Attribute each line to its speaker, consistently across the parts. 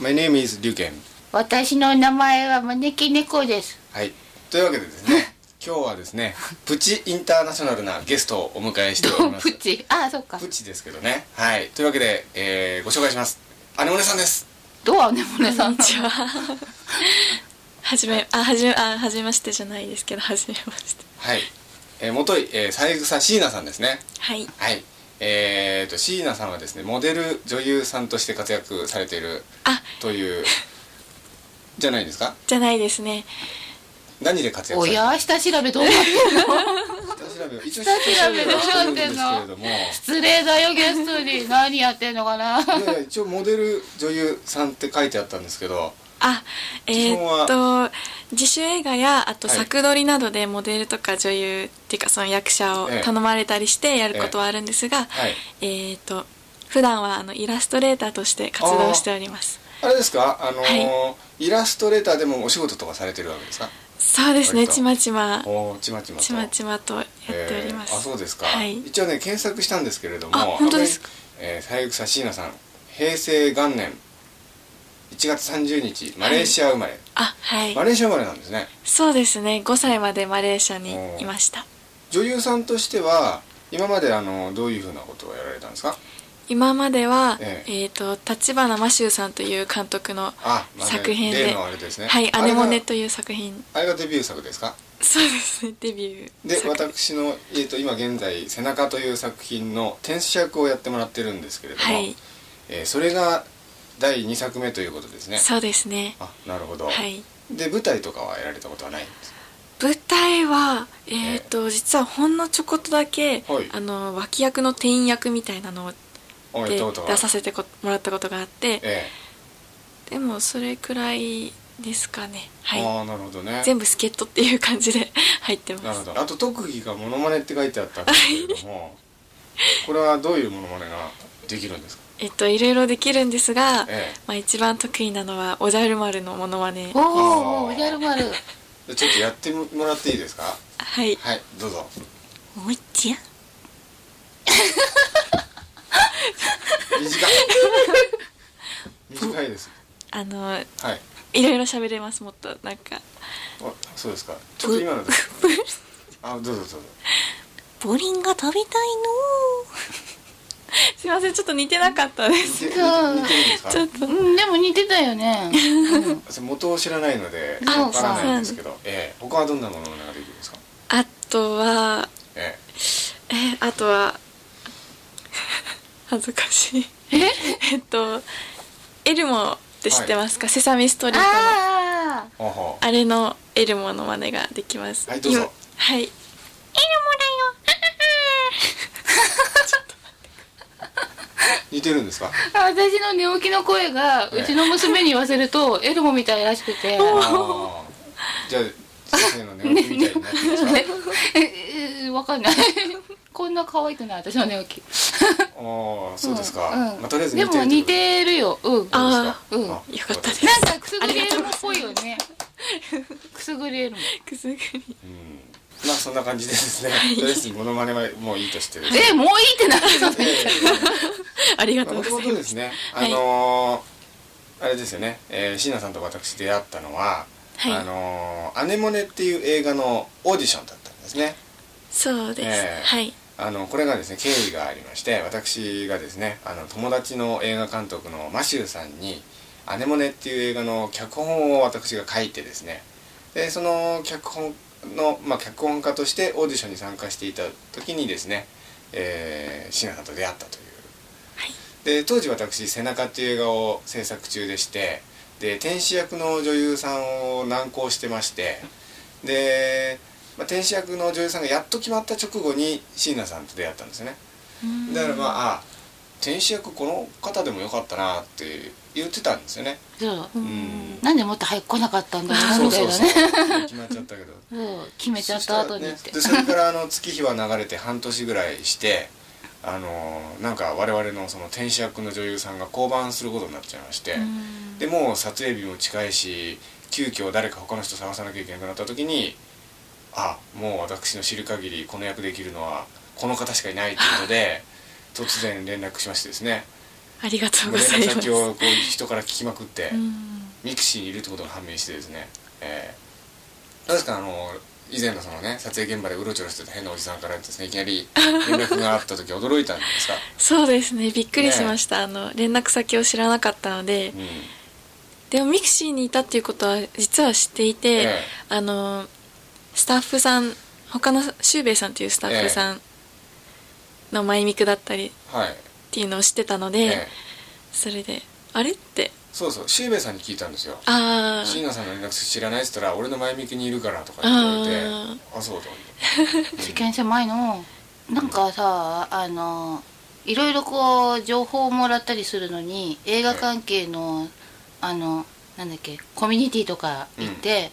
Speaker 1: My name is リュウケン。
Speaker 2: 私の名前は招き猫です。
Speaker 1: はい。というわけでです ね、今日はですね、プチインターナショナルなゲストをお迎えしております
Speaker 2: プ。チ。ああ、そっか
Speaker 1: プ。チですけどね。はい。というわけで、えーご紹介します。アネモネさんです。
Speaker 2: ドアね、モネさん。
Speaker 3: ちは。はじめ、あ、はじめ、あ、はじめましてじゃないですけど、はじめまして。
Speaker 1: はい。えー、もとい、えー、三枝椎名さんですね。
Speaker 3: はい。
Speaker 1: はい。えーと、椎名さんはですね、モデル女優さんとして活躍されている
Speaker 3: あ、
Speaker 1: という、じゃないですか
Speaker 3: じゃないですね。
Speaker 1: 何で活躍
Speaker 2: お
Speaker 1: されて
Speaker 2: や、下調べどうなってんの
Speaker 1: 下調べを一応
Speaker 2: 下調べどう
Speaker 1: して
Speaker 2: な
Speaker 1: る
Speaker 2: っ
Speaker 1: んで
Speaker 2: て
Speaker 1: す
Speaker 2: ん
Speaker 1: け
Speaker 2: の
Speaker 1: れども。
Speaker 2: 失礼だよ、ゲス トに。何やってんのかない
Speaker 1: やいや一応モデル女優さんって書いてあったんですけど
Speaker 3: あ、えーっ
Speaker 1: 基
Speaker 3: と、自主映画や、あと
Speaker 1: はい
Speaker 3: 作撮りなどでモデルとか女優っていうか、その役者を
Speaker 1: ええ
Speaker 3: 頼まれたりしてやることはあるんですが、
Speaker 1: はい
Speaker 3: えーっと、普段はあのイラストレーターとして活動しております。
Speaker 1: あれですかあのー
Speaker 3: は
Speaker 1: イラストレーターでもお仕事とかされてるわけですか
Speaker 3: そうですね、
Speaker 1: 割と
Speaker 3: ちまちま、
Speaker 1: おーちまちまと
Speaker 3: ちまちまとやっております。
Speaker 1: えーあそうですか、
Speaker 3: はい。
Speaker 1: 一応ね検索したんですけれども
Speaker 3: あ本当ですか
Speaker 1: あのねえー三枝椎名さん平成元年1月30日マレーシア生まれ、
Speaker 3: あ、はい
Speaker 1: マ。レーシア生まれなんですね
Speaker 3: そうですね5歳までマレーシアにいました
Speaker 1: 女優さんとしては今まであのどういうふうなことをやられたんですか
Speaker 3: 今までは、
Speaker 1: え
Speaker 3: えーと立花真修さんという監督の
Speaker 1: あ、まあね
Speaker 3: 作品で
Speaker 1: 例のあれですね
Speaker 3: はい「アネモネ」と
Speaker 1: あれが
Speaker 3: いう作品
Speaker 1: あれがデビュー作ですか
Speaker 3: そうですねデビュー
Speaker 1: で
Speaker 3: 作
Speaker 1: 私の、えー、と今現在「背中」という作品の天使役をやってもらってるんですけれども、
Speaker 3: はい
Speaker 1: えーそれが第2作目ということですね
Speaker 3: そうですね
Speaker 1: あなるほど、
Speaker 3: はい
Speaker 1: で舞台とかはやられたことはないんです
Speaker 3: 舞台はえっ、と、実はほんのちょこっとだけ、
Speaker 1: はい
Speaker 3: あの脇役の店員役みたいなのを
Speaker 1: あやっ
Speaker 3: で
Speaker 1: たことは
Speaker 3: 出させてこもらったことがあって
Speaker 1: え
Speaker 3: でもそれくらいですかね
Speaker 1: え
Speaker 3: は
Speaker 1: あ
Speaker 3: い
Speaker 1: あなるほどね
Speaker 3: 全部助っ人っていう感じで入って
Speaker 1: な
Speaker 3: ま
Speaker 1: るほ
Speaker 3: す
Speaker 1: どあと特技がモノマネって書いてあったんですけれども これはどういうモノマネができるんですか
Speaker 3: えっと、いろいろできるんですが、
Speaker 1: ええ
Speaker 3: まあ、一番得意なのはおじゃる丸のモノマネ
Speaker 2: おお、
Speaker 1: あー
Speaker 2: おじゃる丸。
Speaker 1: でちょっとやってもらっていいですか
Speaker 3: はい
Speaker 1: はいどうぞ
Speaker 3: おいちゃん
Speaker 1: 短い短いです
Speaker 3: あの
Speaker 1: はい
Speaker 3: いろいろ喋れますもっとなんか
Speaker 1: あそうですかちょっと今ので
Speaker 3: ぷ
Speaker 1: あどうぞどうぞ
Speaker 3: ボリンが食べたいの すいませんちょっと似てなかったです
Speaker 1: 似て似て
Speaker 2: そう
Speaker 1: 似てるんですか
Speaker 3: ちょっと
Speaker 2: うん、でも似てたよね。うん
Speaker 1: 私元を知らないので
Speaker 2: あ
Speaker 1: わからないんですけど、ええ、他はどんなものができるんですか、
Speaker 3: あとは
Speaker 1: え
Speaker 3: えあとは 恥ずかしい
Speaker 2: え
Speaker 3: えっとエルモって知ってますか、セサミストリートの
Speaker 2: ああ。
Speaker 1: え、ほうほう
Speaker 3: あれのエルモの真似ができます。
Speaker 1: はいどうぞ
Speaker 3: 今はい。エルモ
Speaker 1: 似てるんですか
Speaker 2: 私の寝起きの声が、
Speaker 1: ええ
Speaker 2: うちの娘に言わせると、エルモみたいらしくて。
Speaker 1: ああじゃあ先生の寝起きみたいになってるんですか、
Speaker 2: えええ、わかんない。こんな可愛くない、私の寝起き。
Speaker 1: ああそうですか、
Speaker 2: ん
Speaker 1: まあ、とりあえず
Speaker 2: で
Speaker 1: 似てる、
Speaker 2: も似てるよ。うん。
Speaker 3: あ
Speaker 2: ーうん
Speaker 3: よかったです
Speaker 2: なんかくすぐりエルモっぽいよね。くすぐりエルモ。
Speaker 3: く すぐり。
Speaker 1: うん、まあそんな感じでですね、とりあえずモノマネはもういいとしてですね
Speaker 2: え、もういいってなるの
Speaker 1: ええ
Speaker 3: ありが
Speaker 1: ま
Speaker 3: と
Speaker 1: あ
Speaker 3: う
Speaker 1: も
Speaker 3: ご
Speaker 1: と
Speaker 3: ざ
Speaker 1: もと
Speaker 3: いま。
Speaker 1: ですすね、
Speaker 3: はい
Speaker 1: あのーあれですよね、えー、椎名さんと私出会ったのは、
Speaker 3: はい
Speaker 1: あのーアネモネ」っていう映画のオーディションだったんですね
Speaker 3: そうです。
Speaker 1: ええ
Speaker 3: はい。
Speaker 1: あのこれがですね経緯がありまして私がですねあの友達の映画監督のマシューさんに「アネモネ」っていう映画の脚本を私が書いてですねでその脚本の、まあ、脚本家としてオーディションに参加していた時にですね、えー、シナさんと出会ったという、
Speaker 3: はい
Speaker 1: で当時私「背中」っていう映画を制作中でしてで天使役の女優さんを難航してましてで、まあ、天使役の女優さんがやっと決まった直後に椎名さんと出会ったんですよねだからまああ天使役この方でもよかったなって言ってたんですよね
Speaker 2: そうう。
Speaker 1: ん
Speaker 2: なんでもっと早く来なかったんだろうな
Speaker 1: そ
Speaker 2: み
Speaker 1: う
Speaker 2: た
Speaker 1: そ
Speaker 2: いう
Speaker 1: そう
Speaker 2: なね。
Speaker 1: 決まっちゃったけど
Speaker 2: そう決めちゃった後にって。
Speaker 1: そしたらねでそれからあの月日は流れて半年ぐらいしてあのなんか我々のその天使役の女優さんが降板することになっちゃいまして
Speaker 3: うん
Speaker 1: でもう撮影日も近いし急遽誰か他の人探さなきゃいけなくなった時にあもう私の知る限り この役できるのはこの方しかいないっていうので突然連絡しましてですね
Speaker 3: ありがとうご
Speaker 1: 連
Speaker 3: ざ
Speaker 1: 絡
Speaker 3: います
Speaker 1: 先をこう人から聞きまくって、
Speaker 3: うん
Speaker 1: ミクシーにいるってことが判明してですね、えー、どうですかあの以前のそのね撮影現場でうろちょろしてた変なおじさんからですねいきなり連絡があった時驚いたん ですか、
Speaker 3: そうですねびっくりしました、あの連絡先を知らなかったので、
Speaker 1: うん、
Speaker 3: でもミクシーにいたっていうことは実は知っていて、
Speaker 1: え
Speaker 3: あのスタッフさん他のシュウベイさんというスタッフさんのマイミクだったりっ
Speaker 1: はい、
Speaker 3: ていうのを知ってたので、
Speaker 1: ええ
Speaker 3: それで「あれ?」って
Speaker 1: そうそうシーベイさんに聞いたんですよ
Speaker 3: あ
Speaker 1: 椎
Speaker 3: あ
Speaker 1: 名さんの連絡先知らないっつったら俺の前向きにいるからとかって言われて
Speaker 3: あ
Speaker 1: あそうと思って
Speaker 2: 受験生前のなんかさあのいろいろこう情報をもらったりするのに映画関係のあのなんだっけコミュニティとか行って、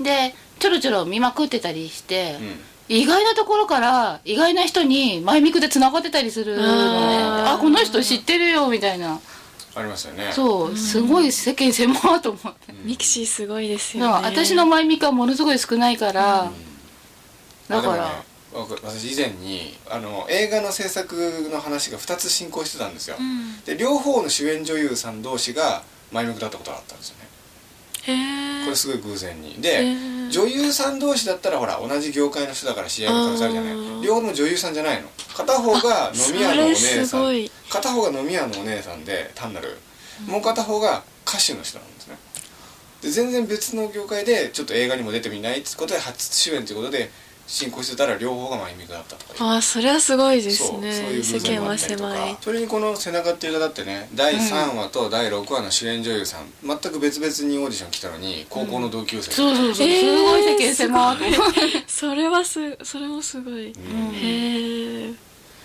Speaker 2: でちょろちょろ見まくってたりして、
Speaker 1: うん
Speaker 2: 意外なところから意外な人に前ミクでつながってたりするのね
Speaker 3: あー
Speaker 2: あこの人知ってるよみたいな
Speaker 1: ありましたよね
Speaker 2: そうすごい世間狭いと思っ
Speaker 1: う
Speaker 2: て。
Speaker 1: ん
Speaker 3: ミクシーすごいです
Speaker 2: で
Speaker 3: よ
Speaker 2: も
Speaker 3: ね
Speaker 2: 私の前ミクはものすごい少ないから、
Speaker 1: あ
Speaker 2: だ
Speaker 1: でも
Speaker 2: か
Speaker 1: ね
Speaker 2: ら、
Speaker 1: わか私以前にあの映画の制作の話が2つ進行してたんですよ、
Speaker 3: うん
Speaker 1: で両方の主演女優さん同士が前向きだったことがあったんですよね
Speaker 3: へえ
Speaker 1: これすごい偶然に
Speaker 3: へ
Speaker 1: で
Speaker 3: ー
Speaker 1: 女優さん同士だったらほら同じ業界の人だから知り合いの可能性あるじゃな
Speaker 3: あ
Speaker 1: い
Speaker 3: ー
Speaker 1: 両方とも女優さんじゃないの片方が飲み屋のお姉
Speaker 3: それす
Speaker 1: さ
Speaker 3: ご
Speaker 1: ん
Speaker 3: い
Speaker 1: 片方が飲み屋のお姉さんで単なるもう片方が歌手の人なんですねで全然別の業界でちょっと映画にも出てみないってことで初主演ということで進行してたら両方が前向きだったとかいう
Speaker 3: ああそれはすごいです
Speaker 1: そうそう
Speaker 3: ね
Speaker 1: いう
Speaker 3: 世
Speaker 1: 偶
Speaker 3: 間
Speaker 1: 然もあ
Speaker 3: は
Speaker 1: ったりと
Speaker 3: 狭い
Speaker 1: かそれにこの「背中」っていう映画だってね第3話と第6話の主演女優さん全く別々にオーディション来たのに高校の同級生、
Speaker 2: そうそうそう、すごい世間狭いと思って
Speaker 3: それはすそれもすごい、
Speaker 1: うん
Speaker 3: へえ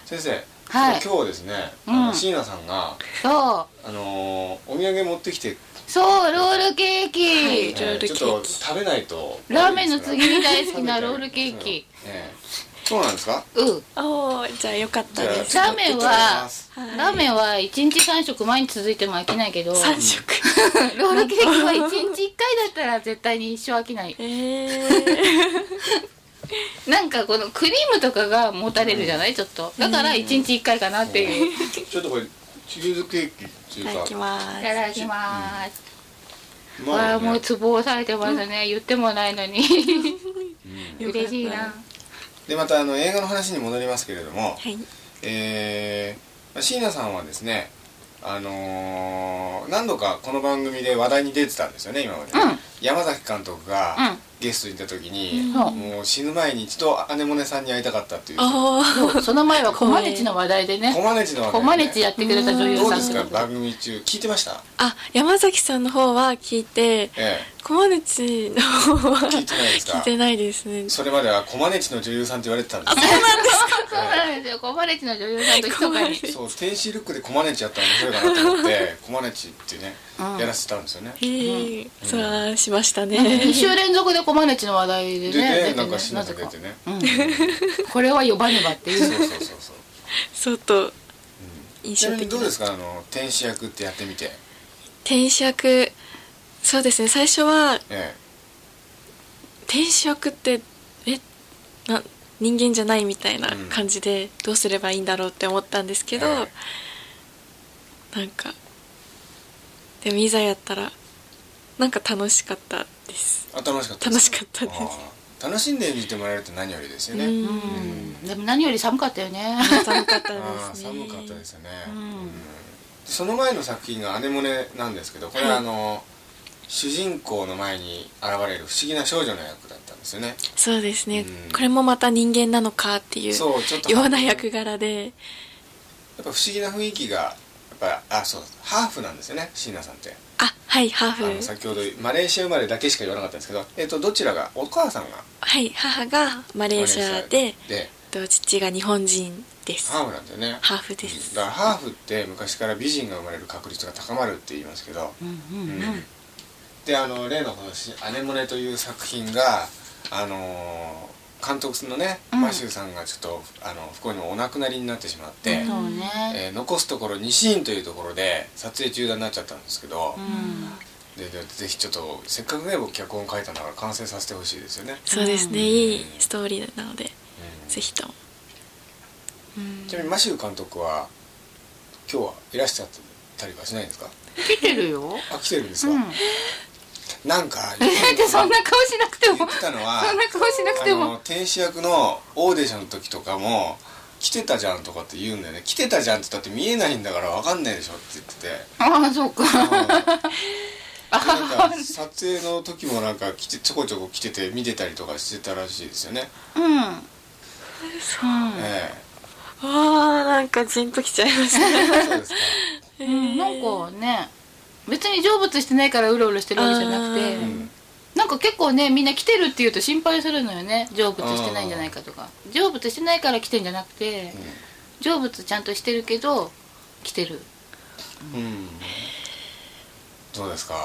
Speaker 1: 先生、
Speaker 2: はい
Speaker 1: 今日ですね、
Speaker 2: うん
Speaker 1: あの椎名さんが、
Speaker 2: そう
Speaker 1: あのーお土産持ってきて、
Speaker 2: そうロールケーキ、
Speaker 3: はい
Speaker 1: えー
Speaker 3: ロールケーキ
Speaker 1: ちょっと食べないと
Speaker 2: ラーメンの次に大好きなロールケー
Speaker 1: 食
Speaker 2: キ、
Speaker 1: べてあげてそうええそうなんですか
Speaker 2: うん
Speaker 3: おーじゃあよかった
Speaker 1: じゃあ
Speaker 3: です
Speaker 1: ちょっと
Speaker 2: ラーメン
Speaker 1: た
Speaker 2: はい
Speaker 1: だきます
Speaker 3: はい
Speaker 2: ラーメンは1日3食毎日続いても飽きないけどロ
Speaker 3: 三食
Speaker 2: ールケーキは1日1回だったら絶対に一生飽きない
Speaker 3: ええ
Speaker 2: なんかこのクリームとかがもたれるじゃないちょっとだから1日1回かなっていう、
Speaker 1: ちょっとこれチーズケーキってい
Speaker 3: い
Speaker 1: う
Speaker 3: ただ
Speaker 1: か
Speaker 3: きます
Speaker 2: いただきます、
Speaker 1: ま
Speaker 2: わあ
Speaker 1: ね
Speaker 2: もうツボをされてますね、言ってもないの
Speaker 1: うん
Speaker 2: に
Speaker 3: よかった
Speaker 2: 嬉しいな
Speaker 1: でまたあの映画の話に戻りますけれども、
Speaker 3: はい
Speaker 1: えーまあ椎名さんはですねあのー何度かこの番組で話題に出てたんですよね今まで、
Speaker 2: うん
Speaker 1: 山崎監督が
Speaker 2: うん
Speaker 1: ゲストにいた時に、
Speaker 2: そう
Speaker 1: もう死ぬ前に一度姉もねさんに会いたかったっていう
Speaker 3: おー
Speaker 2: そうその前はコマネチの話題で
Speaker 1: コ
Speaker 2: ね
Speaker 1: マネチのわけ
Speaker 2: コマネチやってくれた女優
Speaker 1: どう
Speaker 2: さ
Speaker 1: で
Speaker 2: ん
Speaker 1: す
Speaker 2: と
Speaker 1: か
Speaker 2: か
Speaker 1: 番組中聞いてました
Speaker 3: あ山崎さんの方は聞いて
Speaker 1: え
Speaker 3: 駒口の方は
Speaker 1: 聞いてないですか
Speaker 3: 聞いてないですね
Speaker 1: えそれまではコマネチの女優さんって言われてたんです
Speaker 2: そうなんですよ。コマレチの女優さんとひそかに。
Speaker 1: よそう天使ルックでコマネチやったら面白いかなと思ってコマネチってね、
Speaker 2: うん
Speaker 1: やらせてたんですよね
Speaker 3: へえそらしました
Speaker 2: 2
Speaker 3: ね
Speaker 2: 週連続でコマネチの話題で
Speaker 1: で
Speaker 2: ね。
Speaker 1: ねなんか
Speaker 2: 出
Speaker 1: 死
Speaker 2: てね
Speaker 1: なさ出てね
Speaker 2: なぜかうんこれは呼ばねばって
Speaker 1: そう
Speaker 2: いう。
Speaker 1: そうそうそう
Speaker 3: 相当
Speaker 1: ちな
Speaker 3: 印象
Speaker 1: みに
Speaker 3: 的
Speaker 1: どうですかあの天使役ってやってみて
Speaker 3: 転職そうですね最初は
Speaker 1: え
Speaker 3: 転職ってえな人間じゃないみたいな感じでどうすればいいんだろうって思ったんですけど、
Speaker 1: はい
Speaker 3: なんかでもいざやったらなんか楽しかったです
Speaker 1: えあ楽しかった
Speaker 3: 楽しかったです
Speaker 1: ああ楽しんで見てもらえるって何よりですよね、
Speaker 3: う
Speaker 2: うんん。でも何より寒かったよね。
Speaker 3: 寒かった
Speaker 1: ああ
Speaker 3: ですね
Speaker 1: 寒かったですよね、
Speaker 2: うん
Speaker 1: その前の作品が「アネモネ」なんですけどこれはあの、主人公の前に現れる不思議な少女の役だったんですよね
Speaker 3: そうですね、
Speaker 1: うん
Speaker 3: これもまた人間なのかっていう
Speaker 1: そうちょっと
Speaker 3: ような役柄で
Speaker 1: やっぱ不思議な雰囲気がやっぱあそうハーフなんですよね椎名さんって、
Speaker 3: あはいハ
Speaker 1: あの
Speaker 3: ーフ
Speaker 1: 先ほどマレーシア生まれだけしか言わなかったんですけど、えっとどちらがお母さんが
Speaker 3: はい母がマレーシアで
Speaker 1: で
Speaker 3: と父が日本人です
Speaker 1: ハーフなんだよね
Speaker 3: ハーフです
Speaker 1: だからハーフって昔から美人が生まれる確率が高まるって言いますけど、
Speaker 2: うんう
Speaker 1: うん
Speaker 2: んうん。
Speaker 1: であの例のこのし「アネモネ」という作品があのー監督のね、
Speaker 2: うん
Speaker 1: マシューさんがちょっとあの不幸にもお亡くなりになってしまって、
Speaker 3: うん
Speaker 2: そうね。
Speaker 1: えー残すところ2シーンというところで撮影中断になっちゃったんですけど、
Speaker 2: うん。
Speaker 1: ででぜひちょっとせっかくね僕脚本書いたんだから完成させてほしいですよね、
Speaker 3: そうですね、
Speaker 1: うん
Speaker 3: いいストーリーなので
Speaker 1: うん
Speaker 3: ぜひとも、うん
Speaker 1: ちなみにマシュー監督は今日はいらっしゃったたりはしないんですか
Speaker 2: 来てるよ
Speaker 1: あ来てるんです
Speaker 2: う
Speaker 1: か、
Speaker 2: ん
Speaker 1: なん か
Speaker 2: えだってそんな顔しなくても
Speaker 1: 言っ
Speaker 2: そん
Speaker 1: てたのは
Speaker 2: な顔しなくて
Speaker 1: あの
Speaker 2: も
Speaker 1: 天使役のオーディションの時とかも「来てたじゃん」とかって言うんだよね「来てたじゃん」ってだって見えないんだから分かんないでしょって言ってて
Speaker 2: ああそうか
Speaker 1: なんか撮影の時もなんか来てちょこちょこ来てて見てたりとかしてたらしいですよね、
Speaker 2: うんう
Speaker 1: え
Speaker 3: あーなんかジンときちゃいました
Speaker 1: えそうですか
Speaker 2: ん、うん、なんかね別に成仏してないからうろうろしてるわけじゃなくて、
Speaker 3: あー
Speaker 1: うん
Speaker 2: なんか結構ねみんな来てるって言うと心配するのよね成仏してないんじゃないかとか成仏してないから来てんじゃなくて成仏ちゃんとしてるけど来てる
Speaker 1: うん、うんそうです
Speaker 2: う
Speaker 1: か、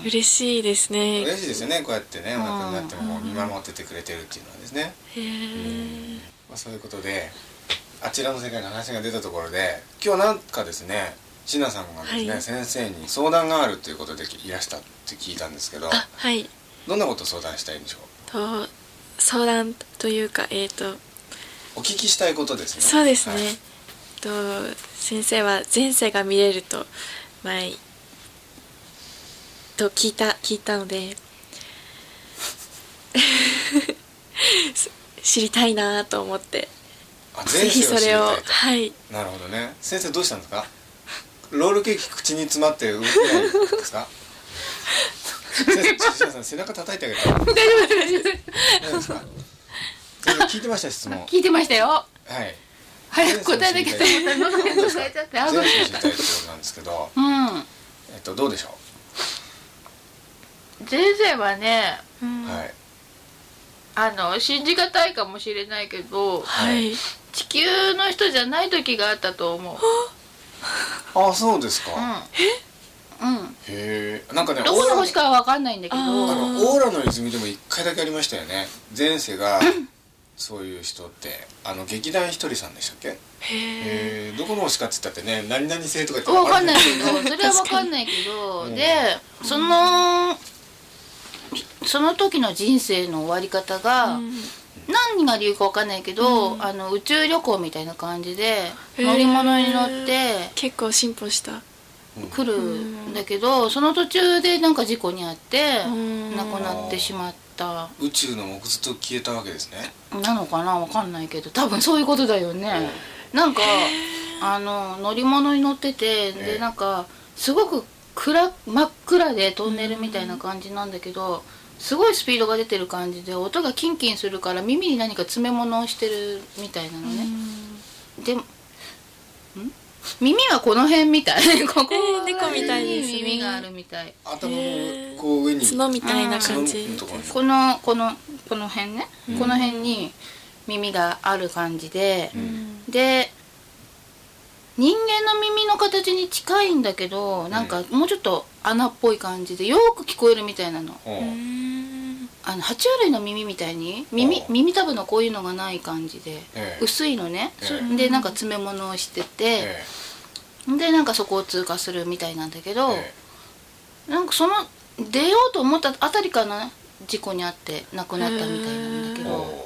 Speaker 2: ん
Speaker 3: 嬉しいですね
Speaker 1: 嬉しいですよねこうやってねお
Speaker 2: ん
Speaker 1: 亡くなりになっても見守っててくれてるっていうのはですね、
Speaker 3: へー
Speaker 1: まあ、そういうことであちらの世界の話が出たところで今日なんかですね椎名さんがですね、
Speaker 3: はい
Speaker 1: 先生に相談があるということでいらしたって聞いたんですけど
Speaker 3: あはい
Speaker 1: どんなことを相談したいんでしょ
Speaker 3: と相談というかえっ、と
Speaker 1: うお聞きしたいことですね
Speaker 3: そうですね、
Speaker 1: はい
Speaker 3: と先生は前世が見れると前と聞いた聞いた ので知りたいなと思って
Speaker 1: あ
Speaker 3: ぜひそれを
Speaker 1: 前世知りたいと
Speaker 3: はい
Speaker 1: なるほどね先生どうしたんですかロールケーキ口に詰まって動けないんですか先生椎名さん背中叩いて あげたら大丈
Speaker 2: 大丈夫大丈夫大丈
Speaker 1: 夫ですか先生聞いてました質 問
Speaker 2: 夫聞いてましたよ
Speaker 1: はい
Speaker 2: 早く答えなきゃと思ったら喉が渇いちゃってあ
Speaker 1: 前
Speaker 2: ぶ
Speaker 1: 世知りたいってことなんですけど
Speaker 2: うん
Speaker 1: えっとどうでしょ
Speaker 2: 前世はね
Speaker 1: う、はい
Speaker 2: あの信じがたいかもしれないけど
Speaker 3: はい
Speaker 2: 地球の人じゃない時があったと思う
Speaker 1: あそうですか、
Speaker 2: う
Speaker 1: へ
Speaker 2: んうん
Speaker 1: えなんかね
Speaker 2: どこの星
Speaker 1: オー
Speaker 2: かは分かんないんだけど
Speaker 3: あ
Speaker 1: ラ
Speaker 3: ー
Speaker 1: のあのオーラの泉でも一回だけありましたよね前世 がそういう人ってあの劇団ひとりさんでしたっけへ
Speaker 3: へえ
Speaker 1: えどこの星かっつったってね何々星とか言って
Speaker 2: わかんない
Speaker 1: わ
Speaker 2: けどそれはわかんないけど、
Speaker 1: うん
Speaker 2: でそのその時の人生の終わり方が、何が理由かわかんないけど、あの宇宙旅行みたいな感じで
Speaker 3: へー
Speaker 2: 乗り物に乗って
Speaker 3: 結構進歩した
Speaker 2: 来るんだけど、その途中でなんか事故に遭って、
Speaker 3: うん
Speaker 2: 亡くなってしまった
Speaker 1: 宇宙の木図と消えたわけですね
Speaker 2: なのかなわかんないけど多分そういうことだよね、なんかあの乗り物に乗ってて
Speaker 1: ええ
Speaker 2: でなんかすごく暗真っ暗でトンネルみたいな感じなんだけど、すごいスピードが出てる感じで音がキンキンするから耳に何か詰め物をしてるみたいなのね、でん耳はこの辺みた いここ
Speaker 3: えー猫みたいですね
Speaker 2: 耳があるみたい
Speaker 1: 頭の
Speaker 3: へー
Speaker 1: こう上に
Speaker 3: 角みたいな感
Speaker 1: 角
Speaker 3: じ
Speaker 1: のところに
Speaker 2: このこのこの辺ね、この辺に耳がある感じで、
Speaker 3: うん
Speaker 2: で人間の耳の形に近いんだけどなんかもうちょっと穴っぽい感じでよく聞こえるみたいなの
Speaker 1: ほう
Speaker 3: うん
Speaker 2: あの爬虫類の耳みたいに耳
Speaker 1: ああ
Speaker 2: 耳たぶのこういうのがない感じで、
Speaker 1: ええ
Speaker 2: 薄いのね、そ
Speaker 1: え
Speaker 3: え
Speaker 2: でなんか詰め物をしてて、
Speaker 1: え
Speaker 2: でなんかそこを通過するみたいなんだけ
Speaker 1: え
Speaker 2: ど、
Speaker 1: え
Speaker 2: なんかその出ようと思ったあたりかな事故に遭って亡くなったみたいなんだけ
Speaker 1: え
Speaker 2: ど、
Speaker 1: ほ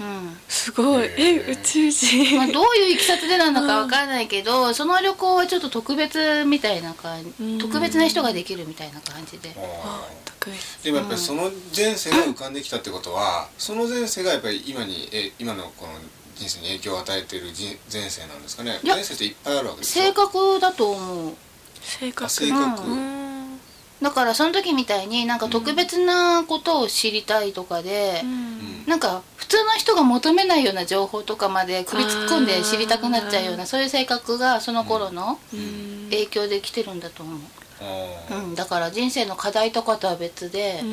Speaker 2: うん
Speaker 3: すごいえ
Speaker 1: へー
Speaker 3: 宇宙人
Speaker 2: まあ、どういういきさつでなのかわかんないけど、その旅行はちょっと特別みたいな感じ、
Speaker 3: うん
Speaker 2: 特別な人ができるみたいな感じで
Speaker 1: う、ほ
Speaker 3: あ
Speaker 1: う
Speaker 3: 得意
Speaker 1: でもやっぱりその前世が浮かんできたってことは、その前世がやっぱり今にえ今のこの人生に影響を与えている人前世なんですかね
Speaker 2: いや
Speaker 1: 前世っていっぱいあるわけですよ
Speaker 2: 性格だと思う
Speaker 3: 性
Speaker 1: あ
Speaker 3: 格
Speaker 1: 性格、
Speaker 2: う
Speaker 3: うん
Speaker 2: だからその時みたいになんか特別なことを知りたいとかで、
Speaker 1: うん
Speaker 2: なんか普通の人が求めないような情報とかまで首突っ込んで知りたくなっちゃうよう
Speaker 3: あ
Speaker 2: なそういう性格がその頃の
Speaker 3: うん
Speaker 2: 影響で来てるんだと思う、
Speaker 1: あ
Speaker 2: う
Speaker 1: ー
Speaker 2: ん、だから人生の課題とかとは別で、
Speaker 3: う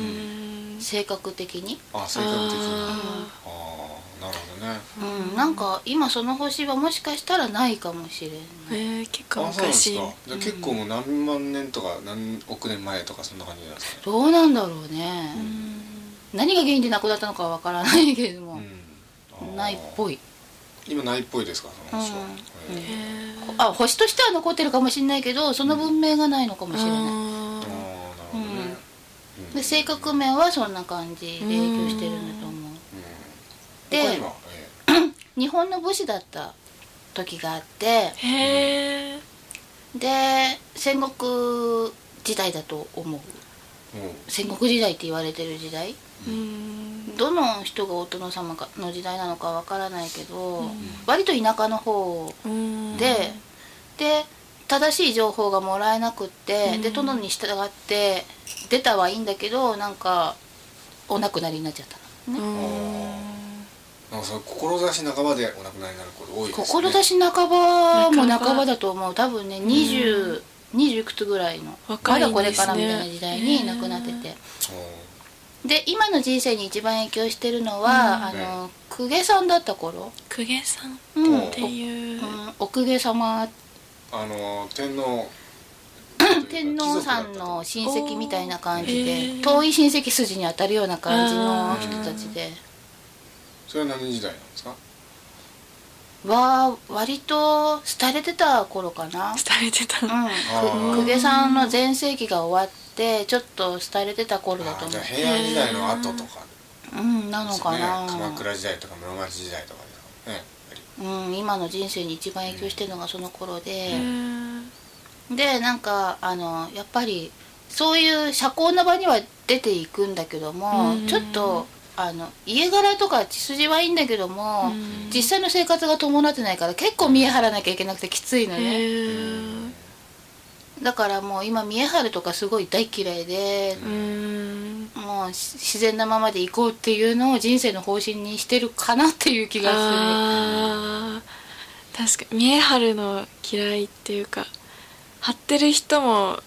Speaker 3: ん
Speaker 2: 性格的に
Speaker 1: あ性格的に
Speaker 3: あ
Speaker 1: ああなるほどね
Speaker 2: うん、なんか今その星はもしかしたらないかもしれ
Speaker 3: え
Speaker 2: ない、
Speaker 3: ー結構
Speaker 1: あそうなんです
Speaker 3: 昔
Speaker 1: かじゃあ結構もう何万年とか何億年前とかそんな感じなんですかね
Speaker 2: どうなんだろうね、何が原因で亡くなったのかはわからないけれども、
Speaker 1: うん
Speaker 2: ないっぽ
Speaker 1: い
Speaker 2: い
Speaker 1: 今ないっぽいですかその話は、
Speaker 2: うん
Speaker 1: えー
Speaker 2: あ星としては残ってるかもしれないけどその文明がないのかもしれない、
Speaker 1: あ
Speaker 3: な
Speaker 1: あなるほどね、うん
Speaker 2: で性格面はそんな感じで影響してるんだと思う、
Speaker 1: で
Speaker 2: で
Speaker 1: 他には、え
Speaker 2: 日本の武士だった時があって
Speaker 3: へえ
Speaker 2: で戦国時代だと思う戦国時代って言われてる時代
Speaker 3: うーん
Speaker 2: どの人がお殿様かの時代なのかわからないけど、
Speaker 3: うん
Speaker 2: 割と田舎の方
Speaker 3: うーん
Speaker 2: で、で正しい情報がもらえなくって、
Speaker 3: うん
Speaker 2: で殿に従って出たはいいんだけどなんかお亡くなりになっちゃったの
Speaker 3: う
Speaker 2: ね、
Speaker 1: あ
Speaker 3: ーん
Speaker 1: なんかその志半ばでお亡くなりになること多いですよね
Speaker 2: 志半ばも
Speaker 3: 半ば
Speaker 2: 半ばだと思う多分ね2020、20いくつぐらいの
Speaker 3: 若いんで
Speaker 2: まだこれか
Speaker 3: すね
Speaker 2: らみたいな時代に亡くなってて、で今の人生に一番影響してるのは、
Speaker 1: うん
Speaker 2: あの公家さんだった頃、
Speaker 3: 公家さんっ
Speaker 2: うん
Speaker 1: うん
Speaker 3: ていう
Speaker 2: うんお公家様
Speaker 1: おーあの天皇
Speaker 2: 天皇さんの親戚みたいな感じ
Speaker 3: へ
Speaker 2: で
Speaker 3: ー
Speaker 2: 遠い親戚筋に当たるような感じの人たちで
Speaker 1: それは何時代なんですか
Speaker 2: は割と廃れてた頃かな、
Speaker 3: 廃れてたの
Speaker 2: うん、
Speaker 1: ー
Speaker 2: く公家さんの全盛期が終わってちょっと廃れてた頃だと
Speaker 1: あーじ
Speaker 2: 思
Speaker 1: ゃあ平安時代の後とか
Speaker 2: う、うん、な
Speaker 1: で
Speaker 2: の
Speaker 1: す
Speaker 2: か
Speaker 1: ね
Speaker 2: な、
Speaker 1: 鎌倉時代とか室町時代とかですかねやっぱり
Speaker 2: うん、今の人生に一番影響してるのがその頃で
Speaker 3: う、ーん
Speaker 2: でなんかあのやっぱりそういう社交な場には出ていくんだけども、
Speaker 3: うん
Speaker 2: ちょっとあの家柄とか血筋はいいんだけども、
Speaker 3: うん
Speaker 2: 実際の生活が伴ってないから結構見え張らなきゃいけなくてきついのね、
Speaker 3: へ
Speaker 1: う
Speaker 3: ー
Speaker 1: ん
Speaker 2: だからもう今見え張るとかすごい大嫌いで、
Speaker 3: うーん
Speaker 2: もうし自然なままで行こうっていうのを人生の方針にしてるかなっていう気がする
Speaker 3: あー確かに見え張るの嫌いっていうか張ってる人も
Speaker 1: うん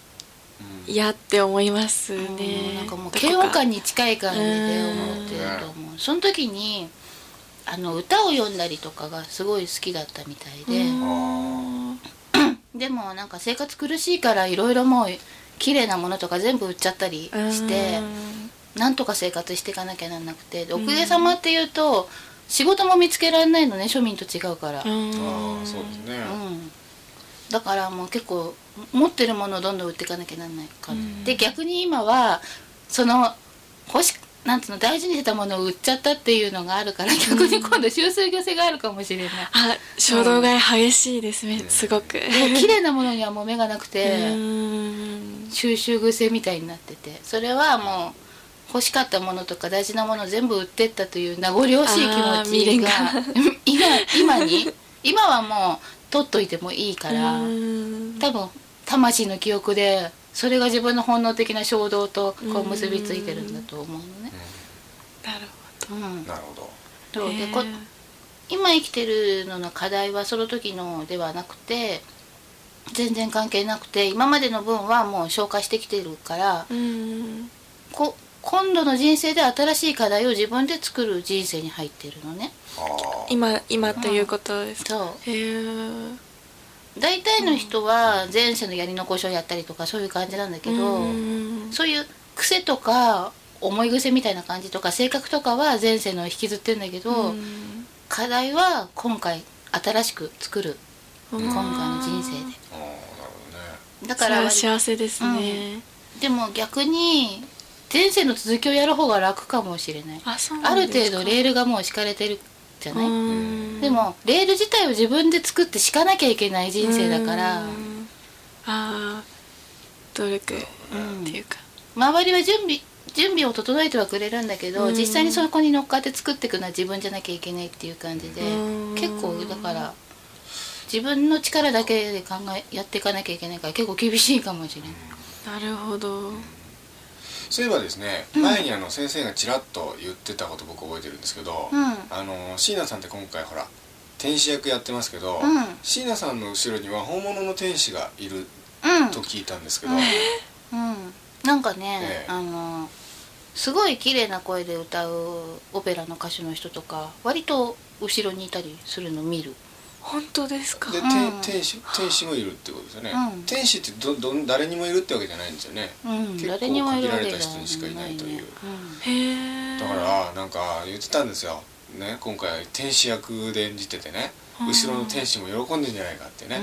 Speaker 3: 嫌って思います
Speaker 2: う
Speaker 3: ね
Speaker 2: んなんかもう
Speaker 3: どこ
Speaker 2: 嫌悪感に近い感じで思ってると思うその時にあの歌を読んだりとかがすごい好きだったみたいで、
Speaker 3: うん
Speaker 1: あ
Speaker 2: でもなんか生活苦しいからいろいろもう綺麗なものとか全部売っちゃったりして、なんとか生活していかなきゃなんなくてでお公家様っていうと仕事も見つけられないのね庶民と違うから、
Speaker 3: う
Speaker 2: うん
Speaker 3: ん
Speaker 1: あーそうですね
Speaker 2: だからもう結構持ってるものをどんどん売っていかなきゃなんない感じ、で逆に今はその欲しなんつうの大事にしてたものを売っちゃったっていうのがあるから逆に今度収集癖があるかもしれない、
Speaker 3: あ衝動買い激しいですね、
Speaker 1: うん
Speaker 3: すごく
Speaker 2: で綺麗なものにはもう目がなくて、
Speaker 3: うん
Speaker 2: 収集癖みたいになっててそれはもう欲しかったものとか大事なものを全部売ってったという名残惜しい
Speaker 3: あー
Speaker 2: 気持ち
Speaker 3: 未練
Speaker 2: が
Speaker 3: が
Speaker 2: 今今に今はもう取っといてもいいから
Speaker 3: うん
Speaker 2: 多分魂の記憶でそれが自分の本能的な衝動とこう結びついてるんだと思うのね。
Speaker 3: なるほ
Speaker 2: う
Speaker 3: ど
Speaker 2: ん
Speaker 1: ー、なるほど
Speaker 2: そうで
Speaker 3: へー
Speaker 2: こ今生きてるのの課題はその時のではなくて全然関係なくて今までの分はもう消化してきてるから
Speaker 3: うん
Speaker 2: こ今度の人生で新しい課題を自分で作る人生に入ってるのね
Speaker 1: あー
Speaker 3: 今今ということですか、
Speaker 2: そ
Speaker 3: へー
Speaker 2: う大体の人は前世のやり残しをやったりとかそういう感じなんだけど、
Speaker 3: うん
Speaker 2: そういう癖とか思い癖みたいな感じとか性格とかは前世の引きずってるんだけど、
Speaker 3: うん
Speaker 2: 課題は今回新しく作る今回の人
Speaker 1: あーなるほ
Speaker 2: 生
Speaker 1: どね
Speaker 2: でだ
Speaker 3: そ
Speaker 2: か
Speaker 3: れ
Speaker 2: ら
Speaker 3: は幸せですね、
Speaker 2: でも逆に前世の続きをやる方が楽かもしれない
Speaker 3: あそうな
Speaker 2: あ
Speaker 3: ん
Speaker 2: る
Speaker 3: です
Speaker 2: 程
Speaker 3: か
Speaker 2: 度レールがもう敷かれてるじゃない、
Speaker 3: うん
Speaker 2: でもレール自体を自分で作って敷かなきゃいけない人生だから、
Speaker 3: うんああ努力、
Speaker 2: うん
Speaker 3: っていうか
Speaker 2: 周りは準備準備を整えてはくれるんだけど、
Speaker 3: うん
Speaker 2: 実際にそこに乗っかって作っていくのは自分じゃなきゃいけないっていう感じで、
Speaker 3: うん
Speaker 2: 結構だから自分の力だけで考えやっていかなきゃいけないから結構厳しいかもしれない。
Speaker 3: なるほど
Speaker 1: そういえばですね、前にあの先生がちらっと言ってたこと僕覚えてるんですけど、
Speaker 2: うん
Speaker 1: あの椎名さんって今回ほら天使役やってますけど、
Speaker 2: うん
Speaker 1: 椎名さんの後ろには本物の天使がいる
Speaker 2: うん
Speaker 1: と聞いたんですけど、
Speaker 2: うんうん、なんかね、
Speaker 1: ええ
Speaker 2: あのすごい綺麗な声で歌うオペラの歌手の人とか割と後ろにいたりするの見る
Speaker 3: 本当ですか
Speaker 1: で、
Speaker 2: ん
Speaker 1: 天天使天使もいるってことですよね、
Speaker 2: うん
Speaker 1: 天使ってどどん誰にもいるってわけじゃないんですよね
Speaker 2: うん
Speaker 1: 結構
Speaker 2: 誰にもいるわけ
Speaker 1: 限られた
Speaker 2: じゃ
Speaker 1: 人
Speaker 2: な
Speaker 1: に
Speaker 2: い
Speaker 1: しかいないという
Speaker 2: ねうん
Speaker 3: へえ
Speaker 1: だからなんか言ってたんですよ、ね、今回天使役で演じててね
Speaker 3: うん
Speaker 1: 後ろの天使も喜んでんじゃないかってね、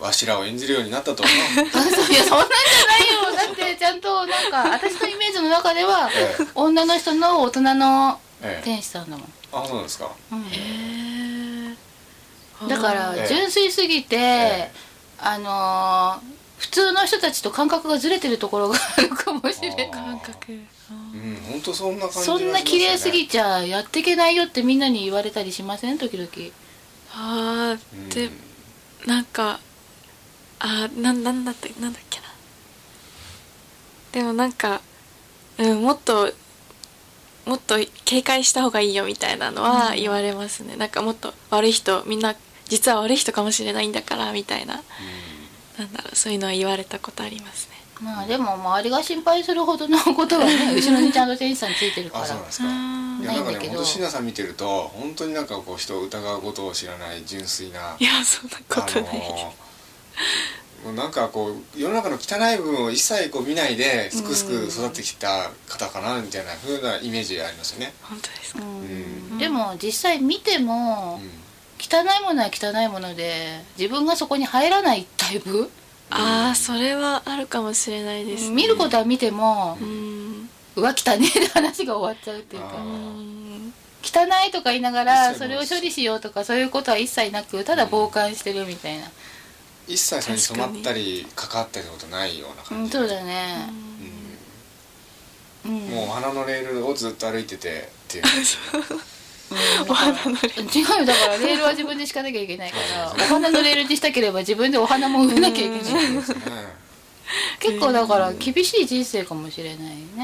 Speaker 2: うん、
Speaker 1: わしらを演じるようになったと思 う
Speaker 2: あそういやそんなんじゃないよだってちゃんとな んか私のイメージの中では
Speaker 1: ええ
Speaker 2: 女の人の大人の
Speaker 1: ええ、
Speaker 2: 天使さんだもん、
Speaker 1: あそうなんですか
Speaker 2: うん
Speaker 3: へえ
Speaker 2: だか
Speaker 3: あ
Speaker 2: ら
Speaker 1: ええ
Speaker 2: 純粋すぎて、
Speaker 1: え
Speaker 2: あのー普通の人たちと感覚がずれてるところがあるかもしれない
Speaker 1: あー
Speaker 3: 感覚あ
Speaker 1: う
Speaker 3: ー
Speaker 1: ん本当そんな感じがしま
Speaker 2: そ
Speaker 1: すよ
Speaker 2: ん
Speaker 1: ね
Speaker 2: な綺麗すぎちゃやってけないよってみんなに言われたりしません時々
Speaker 3: あー
Speaker 1: う
Speaker 3: で
Speaker 1: ん
Speaker 3: なんかあーなんなんだったなんだっけなでもなんか、うん、もっともっと警戒した方がいいよみたいなのは言われますね、なんかもっと悪い人みんな実は悪い人かもしれないんだからみたいななんだろうそういうのは言われたことありますね
Speaker 2: まあでも周りが心配するほどのことはね後ろにちゃんと店員さんついてるか
Speaker 1: あ
Speaker 2: ら
Speaker 1: そうなんですか
Speaker 3: あー
Speaker 1: いやなんか
Speaker 2: ないんだ
Speaker 1: ね
Speaker 2: けど
Speaker 1: 本当椎名さん見てると本当になんかこう人を疑うことを知らない純粋ない
Speaker 3: やそんなことないです、
Speaker 1: ーもうなんかこう世の中の汚い部分を一切こう見ないですくすく育ってきた方かなみたいな風なイメージありますよね。
Speaker 3: 本当です
Speaker 2: う
Speaker 3: か、
Speaker 2: んでも実際見ても汚いものは汚いもので自分がそこに入らないタイプ、
Speaker 3: ああそれはあるかもしれないです、
Speaker 2: 見ることは見ても
Speaker 3: う、ん
Speaker 2: うわ汚ねえで話が終わっちゃうっていう
Speaker 1: あ
Speaker 2: か
Speaker 1: ー
Speaker 3: うん
Speaker 2: 汚いとか言いながら
Speaker 1: 一
Speaker 2: そ
Speaker 1: 切
Speaker 2: れ
Speaker 1: も
Speaker 2: を
Speaker 1: う
Speaker 2: 処理しようとかそういうことは一切なくただ傍観してるみたいな、
Speaker 1: 一切それに染まったり関わったりことないような
Speaker 2: う
Speaker 1: 感じ、
Speaker 2: ん、そうだね、うん
Speaker 1: うんもうお花のレールをずっと歩いててっていう
Speaker 2: うんだから違うよだからレールは自分で敷かなきゃいけないからお花のレールにしたければ自分でお花も植えなきゃいけない
Speaker 1: そうですね、
Speaker 2: 結構だから厳しい人生かもしれないね
Speaker 1: う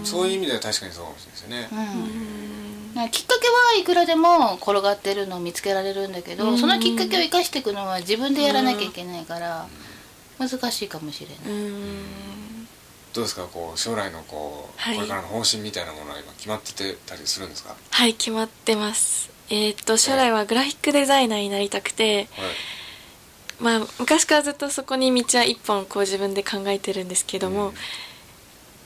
Speaker 1: んそういう意味では確かにそうかもしれないですよ
Speaker 2: う
Speaker 1: ね。
Speaker 2: んなんかきっかけはいくらでも転がってるのを見つけられるんだけど、
Speaker 3: うん
Speaker 2: そのきっかけを生かしていくのは自分でやらなきゃいけないから、難しいかもしれない、
Speaker 3: うん
Speaker 1: どうですかこう将来のこう、
Speaker 3: はい
Speaker 1: これからの方針みたいなものは今決まっててたりするんですか。は
Speaker 3: はい決まってますえーっと将来はグラフィックデザイナーになりたくて
Speaker 1: い。
Speaker 3: まあ昔からずっとそこに道は一本こう自分で考えてるんですけども、
Speaker 1: うん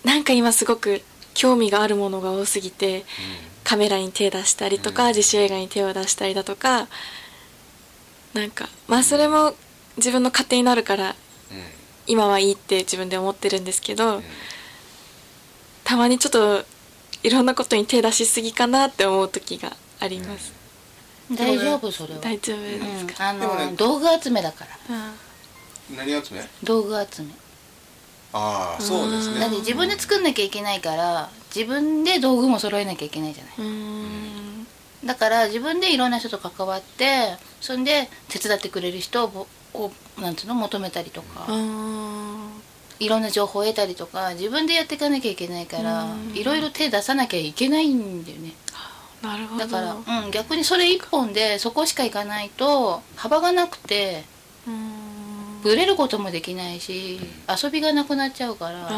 Speaker 3: なんか今すごく興味があるものが多すぎてカメラに手出したりとか、
Speaker 1: うん
Speaker 3: 自主映画に手を出したりだとかなんかまあそれも自分の糧になるから
Speaker 1: うんうん
Speaker 3: 今はいいって自分で思ってるんですけど、
Speaker 1: うん
Speaker 3: たまにちょっといろんなことに手出しすぎかなって思う時があります、
Speaker 2: 大丈夫それは、
Speaker 3: 大丈夫
Speaker 2: う
Speaker 3: で
Speaker 2: ん
Speaker 3: すか、
Speaker 2: あの
Speaker 1: でもね
Speaker 2: 道具集めだから
Speaker 3: あ
Speaker 1: 何集め？
Speaker 2: 道具集め
Speaker 1: ああそうです
Speaker 3: うん
Speaker 2: だって
Speaker 1: ね。
Speaker 2: 自分で作んなきゃいけないから自分で道具も揃えなきゃいけないじゃない
Speaker 3: ーうーん
Speaker 2: だから自分でいろんな人と関わってそんで手伝ってくれる人をぼをなんつうの求めたりとか、
Speaker 3: あ
Speaker 2: いろんな情報を得たりとか自分でやっていかなきゃいけないから、
Speaker 3: うん
Speaker 2: いろいろ手出さなきゃいけないんだよね
Speaker 3: ーなるほど
Speaker 2: だから、うん、逆にそれ一本でそこしか行かないと幅がなくて
Speaker 3: うーん
Speaker 2: ブレることもできないし遊びがなくなっちゃうから
Speaker 3: あ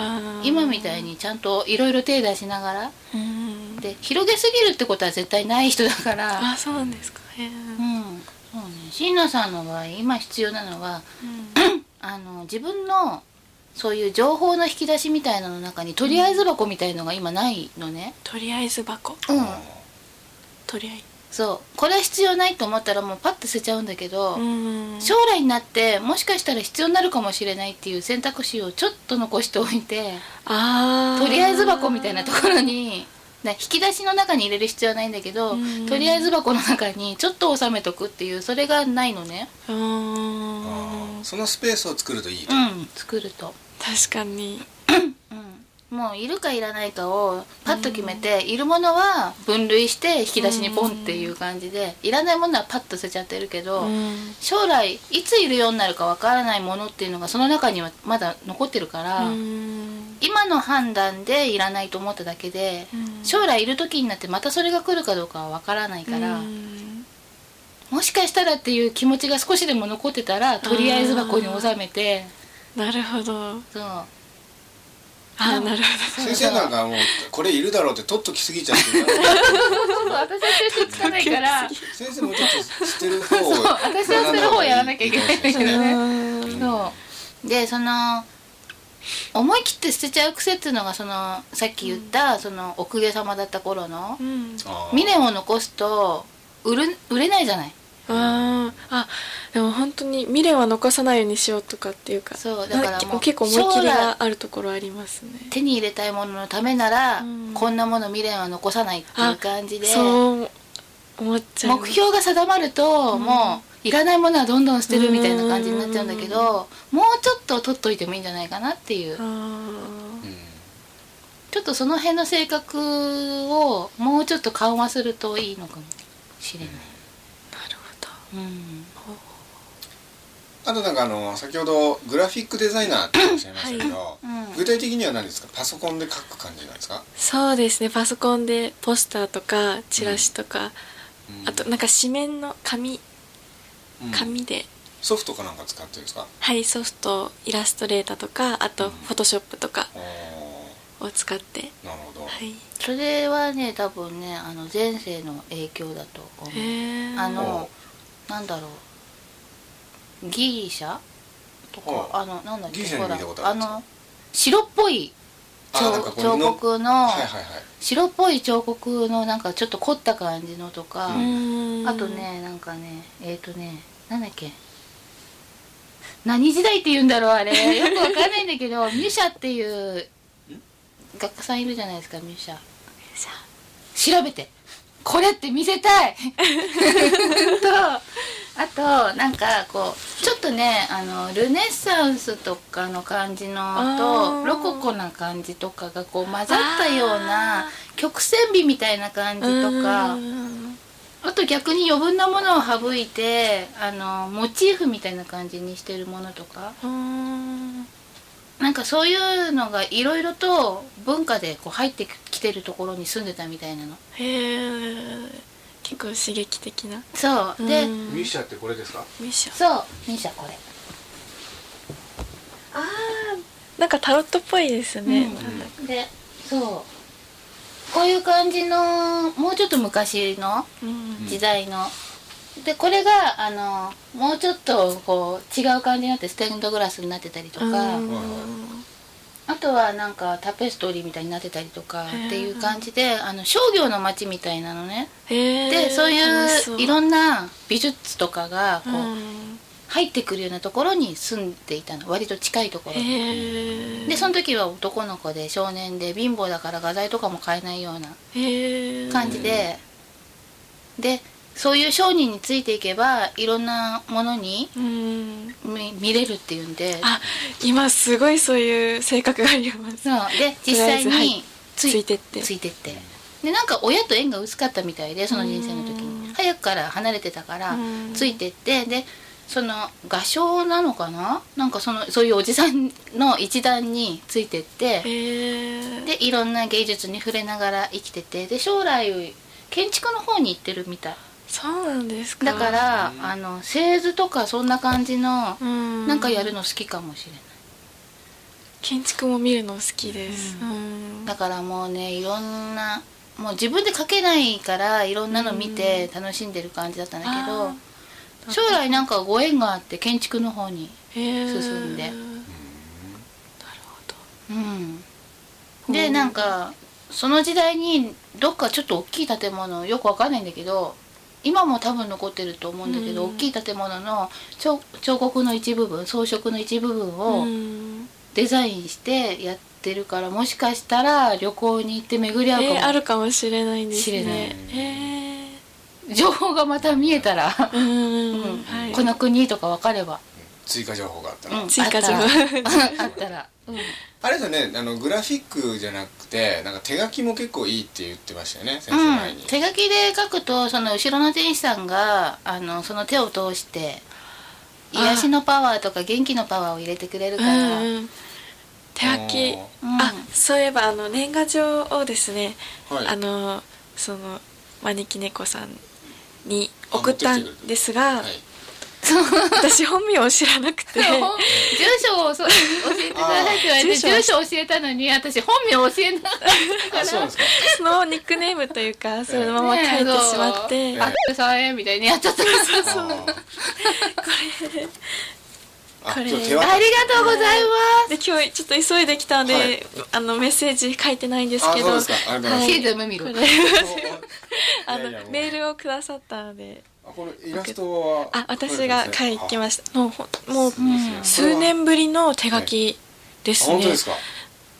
Speaker 3: ー
Speaker 2: 今みたいにちゃんといろいろ手出しながら
Speaker 3: うーん
Speaker 2: で広げすぎるってことは絶対ない人だから
Speaker 3: あそうなんですかへー
Speaker 2: うんそうね椎名さんの場合今必要なのは
Speaker 3: うん
Speaker 2: あの自分のそういう情報の引き出しみたいなの中にとりあえず箱みたいのが今ないのね
Speaker 3: とりあえず箱
Speaker 2: うん
Speaker 3: とりあえず
Speaker 2: そうこれは必要ないと思ったらもうパッと捨てちゃうんだけど、
Speaker 3: うーん
Speaker 2: 将来になってもしかしたら必要になるかもしれないっていう選択肢をちょっと残しておいて
Speaker 3: あー
Speaker 2: とりあえず箱みたいなところにな引き出しの中に入れる必要はないんだけど
Speaker 3: うん
Speaker 2: とりあえず箱の中にちょっと収めとくっていうそれがないのね
Speaker 3: うー
Speaker 1: あ
Speaker 3: ん
Speaker 1: あそのスペースを作るといいと。
Speaker 2: うん作ると。
Speaker 3: 確かに
Speaker 2: うん、もういるかいらないかをパッと決めて、いるものは分類して引き出しにポンっていう感じで、いらないものはパッと捨てちゃってるけ
Speaker 3: う
Speaker 2: ど、
Speaker 3: ん
Speaker 2: 将来いついるようになるかわからないものっていうのがその中にはまだ残ってるから、
Speaker 3: うん
Speaker 2: 今の判断でいらないと思っただけで、
Speaker 3: うん
Speaker 2: 将来いる時になってまたそれが来るかどうかはわからないから、
Speaker 3: うん
Speaker 2: もしかしたらっていう気持ちが少しでも残ってたらとりあえず箱に収めて
Speaker 3: なるほど
Speaker 2: そう
Speaker 3: あなる
Speaker 2: そう
Speaker 1: 先生なんかもうこれいるだろうって取っときすぎちゃってるから。
Speaker 2: そう私は手つかないから。
Speaker 1: 先生もちょっと捨てる方を。
Speaker 2: そう私は捨てる方をやらなきゃいけないんだけど
Speaker 3: ほど
Speaker 2: ね
Speaker 3: うーん
Speaker 2: そうでその思い切って捨てちゃう癖っていうのがそのさっき言った、そのお公家様だった頃の
Speaker 3: うん
Speaker 1: あー
Speaker 2: 未練を残すと売る売れないじゃない
Speaker 3: あーあでも本当に未練は残さないようにしようとかっていうか
Speaker 2: そうだから
Speaker 3: な
Speaker 2: もう
Speaker 3: 結構思い切りがあるところありますね
Speaker 2: 手に入れたいもののためなら、
Speaker 3: うん
Speaker 2: こんなもの未練は残さないっていう感じで
Speaker 3: そう思っちゃいま
Speaker 2: 目
Speaker 3: す
Speaker 2: 標が定まると、
Speaker 3: うん
Speaker 2: もういらないものはどんどん捨てるみたいな感じになっちゃうんだけどもうちょっと取っといてもいいんじゃないかなっていう
Speaker 3: あー
Speaker 2: ちょっとその辺の性格をもうちょっと緩和するといいのかもしれない。
Speaker 3: なる
Speaker 2: うん
Speaker 3: ほど
Speaker 1: あとなんかあの先ほどグラフィックデザイナーっておっしゃいましたけど、
Speaker 2: うん
Speaker 1: 具体的には何ですかパソコンで書く感じなんですか、
Speaker 3: そうですねパソコンでポスターとかチラシとか、
Speaker 1: うん
Speaker 3: あとなんか紙面の紙
Speaker 1: うん
Speaker 3: 紙で、
Speaker 1: ソフトかなんか使ってるんですか
Speaker 3: はいソフトイラストレーターとかあ
Speaker 1: うん
Speaker 3: とフォトショップとか
Speaker 1: お
Speaker 3: を使って、
Speaker 1: ーなるほど、
Speaker 3: はい
Speaker 2: それはね多分ねあの前世の影響だと思う。
Speaker 3: へー
Speaker 2: あ
Speaker 1: おー
Speaker 2: のなんだろうギリシャとか
Speaker 1: は
Speaker 2: あのなんだっけ
Speaker 1: ギリシャに
Speaker 2: ほら
Speaker 1: 見たことあ
Speaker 2: あ
Speaker 1: るんですか
Speaker 2: の白っぽい
Speaker 1: あ
Speaker 2: 彫
Speaker 1: なんかこう
Speaker 2: 彫刻の
Speaker 1: はいはいはい
Speaker 2: 白っぽい彫刻のなんかちょっと凝った感じのとか、
Speaker 1: う
Speaker 3: うん
Speaker 2: あとねなんかねえっ、とねなんだっけ何時代って言うんだろうあれよくわかんないんだけどミュシャっていう学家さんいるじゃないですかミュシャ
Speaker 3: じゃあ
Speaker 2: 調べてこれって見せた いとあとなんかこうちょっとねあのルネッサンスとかの感じの
Speaker 3: あー
Speaker 2: とロココな感じとかがこう混ざったような
Speaker 3: あ
Speaker 2: 曲線美みたいな感じとか
Speaker 3: うん
Speaker 2: あと逆に余分なものを省いてあのモチーフみたいな感じにしてるものとか
Speaker 3: うん
Speaker 2: なんかそういうのがいろいろと文化でこう入ってきてるところに住んでたみたいなの。
Speaker 3: へえ結構刺激的な
Speaker 2: そうで、
Speaker 3: うん
Speaker 1: シャってこれですか
Speaker 3: ミッション
Speaker 2: そう、ミシャこれ。
Speaker 3: あーなんかタロットっぽいですね、
Speaker 2: うん
Speaker 3: なんだか
Speaker 2: で、そう。こういう感じの、もうちょっと昔の
Speaker 3: うん
Speaker 2: 時代の。で、これが、あの、もうちょっと、こう、違う感じになって、ステンドグラスになってたりとか、
Speaker 3: うん
Speaker 2: あとはなんか、タペストリーみたいになってたりとか、
Speaker 3: へー
Speaker 2: っていう感じで、あの、商業の街みたいなのね。
Speaker 3: へ
Speaker 2: で、そういう、いろ
Speaker 3: ん
Speaker 2: んな美術とかが、こう、
Speaker 3: うん
Speaker 2: 入ってくるようなところに住んでいたの。割と近いところに。
Speaker 3: へえ
Speaker 2: でその時は男の子で少年で貧乏だから画材とかも買えないような
Speaker 3: へえ
Speaker 2: 感じで、でそういう商人についていけばいろんなものに
Speaker 3: うん
Speaker 2: み見れるっていうんで
Speaker 3: あ今すごいそういう性格があります
Speaker 2: そうで実際
Speaker 3: とりあえずは
Speaker 2: に
Speaker 3: いついてって
Speaker 2: ついてってでなんか親と縁が薄かったみたいでその人生の時
Speaker 3: うん
Speaker 2: に早くから離れてたから
Speaker 3: うん
Speaker 2: ついてってでその画商なのかななんかそのそういうおじさんの一団についてって
Speaker 3: へえ
Speaker 2: でいろんな芸術に触れながら生きててで将来建築の方に行ってるみたい
Speaker 3: そうなんですか
Speaker 2: だから、
Speaker 1: うん
Speaker 2: あの製図とかそんな感じの
Speaker 3: うん
Speaker 2: なんかやるの好きかもしれない、
Speaker 3: 建築も見るの好きです
Speaker 2: う
Speaker 3: うん
Speaker 2: だからもうねいろんなもう自分で描けないからいろんなの見て楽しんでる感じだったんだけど、
Speaker 3: あー
Speaker 2: 将来なんかご縁があって建築の方に
Speaker 3: へー
Speaker 2: 進んで
Speaker 3: なるほど
Speaker 2: うんでなんかその時代にどっかちょっと大きい建物よくわかんないんだけど今も多分残ってると思うんだけど、
Speaker 3: うん
Speaker 2: 大きい建物の彫彫刻の一部分装飾の一部分
Speaker 3: う
Speaker 2: を
Speaker 3: ん
Speaker 2: デザインしてやってるから、もしかしたら旅行に行って巡り合うかも、
Speaker 3: えーあるかもしれないんです
Speaker 2: 知れない
Speaker 3: ねへえ
Speaker 2: 情報がまた見えたら、
Speaker 3: う
Speaker 2: うんん
Speaker 3: はい
Speaker 2: この国とか分かれば、
Speaker 1: 追加情報があった
Speaker 2: う
Speaker 1: ら、
Speaker 2: ん
Speaker 3: 追加情報
Speaker 2: ああったら、うん
Speaker 1: あれだねあのグラフィックじゃなくてなんか手書きも結構いいって言ってましたよね先生前に、
Speaker 2: うん、手書きで書くとその後ろの天使さんがあのその手を通して
Speaker 3: あ
Speaker 2: 癒しのパワーとか元気のパワーを入れてくれるから、
Speaker 3: うんうん手書
Speaker 1: お
Speaker 3: き
Speaker 1: ー
Speaker 3: あそういえばあの年賀状をですね、
Speaker 1: はい
Speaker 3: あのその招き猫さんに送ったんですが、
Speaker 1: はい
Speaker 3: 私本名を知らなくて
Speaker 2: で 本住所をそう教えてくださいって言われて
Speaker 3: あー住所
Speaker 2: 住所教えたのに私本名教えなかった
Speaker 1: あそうなんです か
Speaker 3: そのニックネームというかそのまま書いてしまって、
Speaker 1: え
Speaker 2: あっ3円みたいにやっちゃった
Speaker 1: あーこれあ
Speaker 3: これ
Speaker 1: ちょっと手渡
Speaker 2: ありがとうございま
Speaker 3: で今日ちょっと急いできたので、
Speaker 1: はい
Speaker 3: あのメッセージ書いてないんです
Speaker 1: あ
Speaker 3: け
Speaker 1: そう
Speaker 3: ど
Speaker 1: ですかありがとうございます
Speaker 2: す
Speaker 3: は
Speaker 2: シーズムミ
Speaker 3: こ
Speaker 2: ル
Speaker 3: れ あのメールをくださったので
Speaker 1: あこのイラストは
Speaker 3: あ私が書いてま
Speaker 1: し
Speaker 3: したもうほんもう
Speaker 2: うん
Speaker 3: 数年ぶりの手書きで
Speaker 1: あ
Speaker 3: すね、
Speaker 1: 本当ですか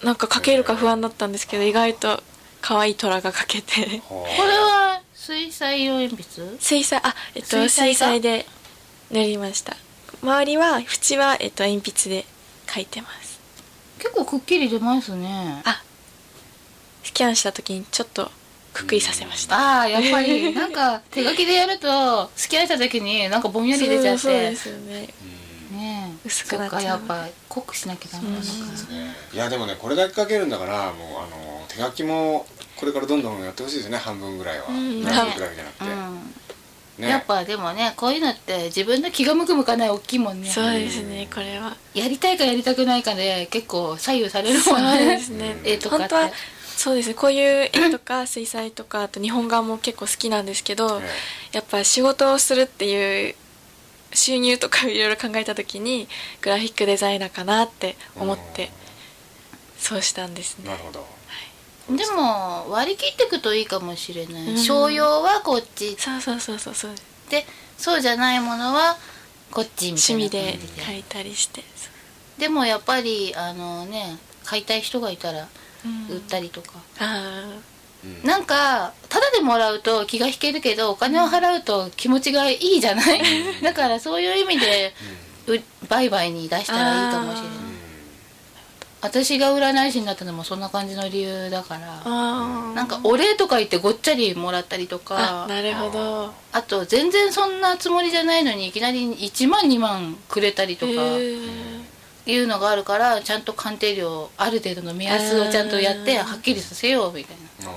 Speaker 3: なんか書けるか不安だったんですけど意外と可愛い虎が書けて
Speaker 1: これ
Speaker 2: これは水彩色鉛筆
Speaker 3: 水彩あえっと水
Speaker 2: 水
Speaker 3: 彩
Speaker 2: 彩画
Speaker 3: で塗りました周りは縁は、えっと、鉛筆で描いてます
Speaker 2: 結構くっきり出ますね
Speaker 3: あスキャンした時にちょっとくくりさせました
Speaker 2: あーやっぱりなんか手書きでやると付き合えた時になんかぼんやり出ちゃっ
Speaker 3: そうそうで
Speaker 2: て
Speaker 3: すよね
Speaker 1: うん
Speaker 2: ねえ
Speaker 3: 薄くなっちゃう
Speaker 2: そっかやっぱ濃くしなきゃダメなのか
Speaker 3: そう
Speaker 1: ですねいやでもねこれだけ書けるんだからもうあの手書きもこれからどんどんやってほしいですね半分ぐらいは、
Speaker 3: うん
Speaker 1: 半分ぐらいじゃなくて、
Speaker 2: うん
Speaker 1: ね
Speaker 2: やっぱでもねこういうのって自分の気が向く向かない大きいもんね
Speaker 3: そうですねこれは
Speaker 2: やりたいかやりたくないかで結構左右されるも
Speaker 3: そ
Speaker 2: ん
Speaker 3: うで
Speaker 2: ね
Speaker 3: すね
Speaker 1: うん
Speaker 2: 絵とか
Speaker 3: 本
Speaker 2: っ
Speaker 3: 当
Speaker 2: て
Speaker 3: はそうですねこういう絵とか水彩とかあと日本画も結構好きなんですけど、
Speaker 1: え
Speaker 3: やっぱ仕事をするっていう収入とかいろいろ考えた時にグラフィックデザイナーかなっ
Speaker 1: え
Speaker 3: て思ってそうしたんです
Speaker 1: うん
Speaker 3: ね
Speaker 1: なるほど
Speaker 2: でも割り切っていくといいかもしれな
Speaker 3: う
Speaker 2: い
Speaker 3: ん
Speaker 2: 商用はこっち
Speaker 3: そうそうそうそうそうです
Speaker 2: でそうじゃないものはこっちみた
Speaker 3: 趣
Speaker 2: いな
Speaker 3: 味
Speaker 2: 感じ
Speaker 3: で描いたりして、
Speaker 2: でもやっぱりあのね買いたい人がいたら
Speaker 3: うん
Speaker 2: 売ったりとか、
Speaker 3: あ
Speaker 1: うん
Speaker 2: なんかただでもらうと気が引けるけどお金を払うと気持ちがいいじゃない だからそういう意味でう売買に出したらいいかもしれない
Speaker 1: うんうん
Speaker 2: 私が占い師になったのもそんな感じの理由だから
Speaker 3: あ
Speaker 2: なんかお礼とか言ってごっちゃりもらったりとか
Speaker 3: あなるほど
Speaker 2: あと全然そんなつもりじゃないのにいきなり1万2万くれたりとか
Speaker 3: へー
Speaker 2: いうのがあるからちゃんと鑑定料ある程度の目安をちゃんとやって
Speaker 3: えー
Speaker 2: はっきりさせようみたい
Speaker 1: あ
Speaker 2: な、
Speaker 1: ー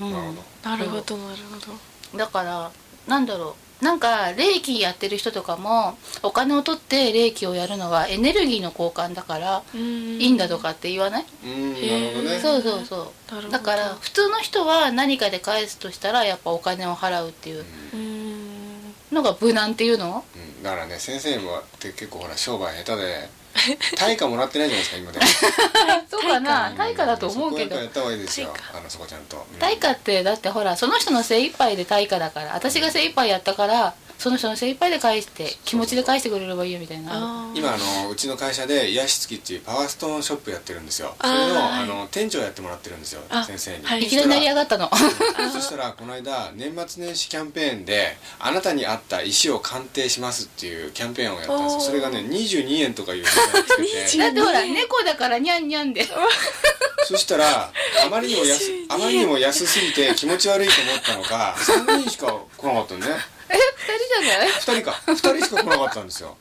Speaker 2: うん
Speaker 1: なるほど
Speaker 3: なるほどなるほど
Speaker 2: だからなんだろうなんか霊気やってる人とかもお金を取って霊気をやるのはエネルギーの交換だから
Speaker 3: い
Speaker 2: いい
Speaker 3: い
Speaker 2: んだとかって言わない、
Speaker 1: うんなるほどね
Speaker 3: ん
Speaker 2: そうそうそ
Speaker 3: なるほ
Speaker 2: う
Speaker 3: ど
Speaker 2: だから普通の人は何かで返すとしたらやっぱお金を払うっていう
Speaker 3: うん
Speaker 2: のが無難っていうの
Speaker 1: うんだからね先生もって結構ほら商売下手で対価もらってないじゃないですか今 でも
Speaker 2: そうかな対価だと思うけ
Speaker 1: そこ
Speaker 2: ど
Speaker 1: はやっぱやった方がいいですよ
Speaker 3: 対
Speaker 1: あのそこちゃんと
Speaker 2: 対価ってだってほらその人の精一杯で対価だから私が精一杯やったからその人の精一杯で返して気持ちで返してくれればいいよみたいな
Speaker 3: あー
Speaker 1: 今あのうちの会社で癒し付きっていうパワーストーンショップやってるんですよそ
Speaker 3: あ
Speaker 1: れ
Speaker 3: ー
Speaker 1: の
Speaker 3: はい
Speaker 1: あの店長やってもらってるんですよ
Speaker 3: あ
Speaker 1: 先生に、
Speaker 3: はい
Speaker 2: いきなり成り上がったの
Speaker 1: そしたらこの間年末年始キャンペーンであなたに合った石を鑑定しますっていうキャンペーンをやったんですよ
Speaker 3: おー
Speaker 1: それがね22円とかいう値段つけて
Speaker 2: だって ほら猫だからニャンニャンで
Speaker 1: そしたらあまりにも安
Speaker 3: 22円
Speaker 1: あまりにも安すぎて気持ち悪いと思ったのか3人しか来なかったのね
Speaker 2: え二人じゃない
Speaker 1: 2人か2人しか来なかったんですよ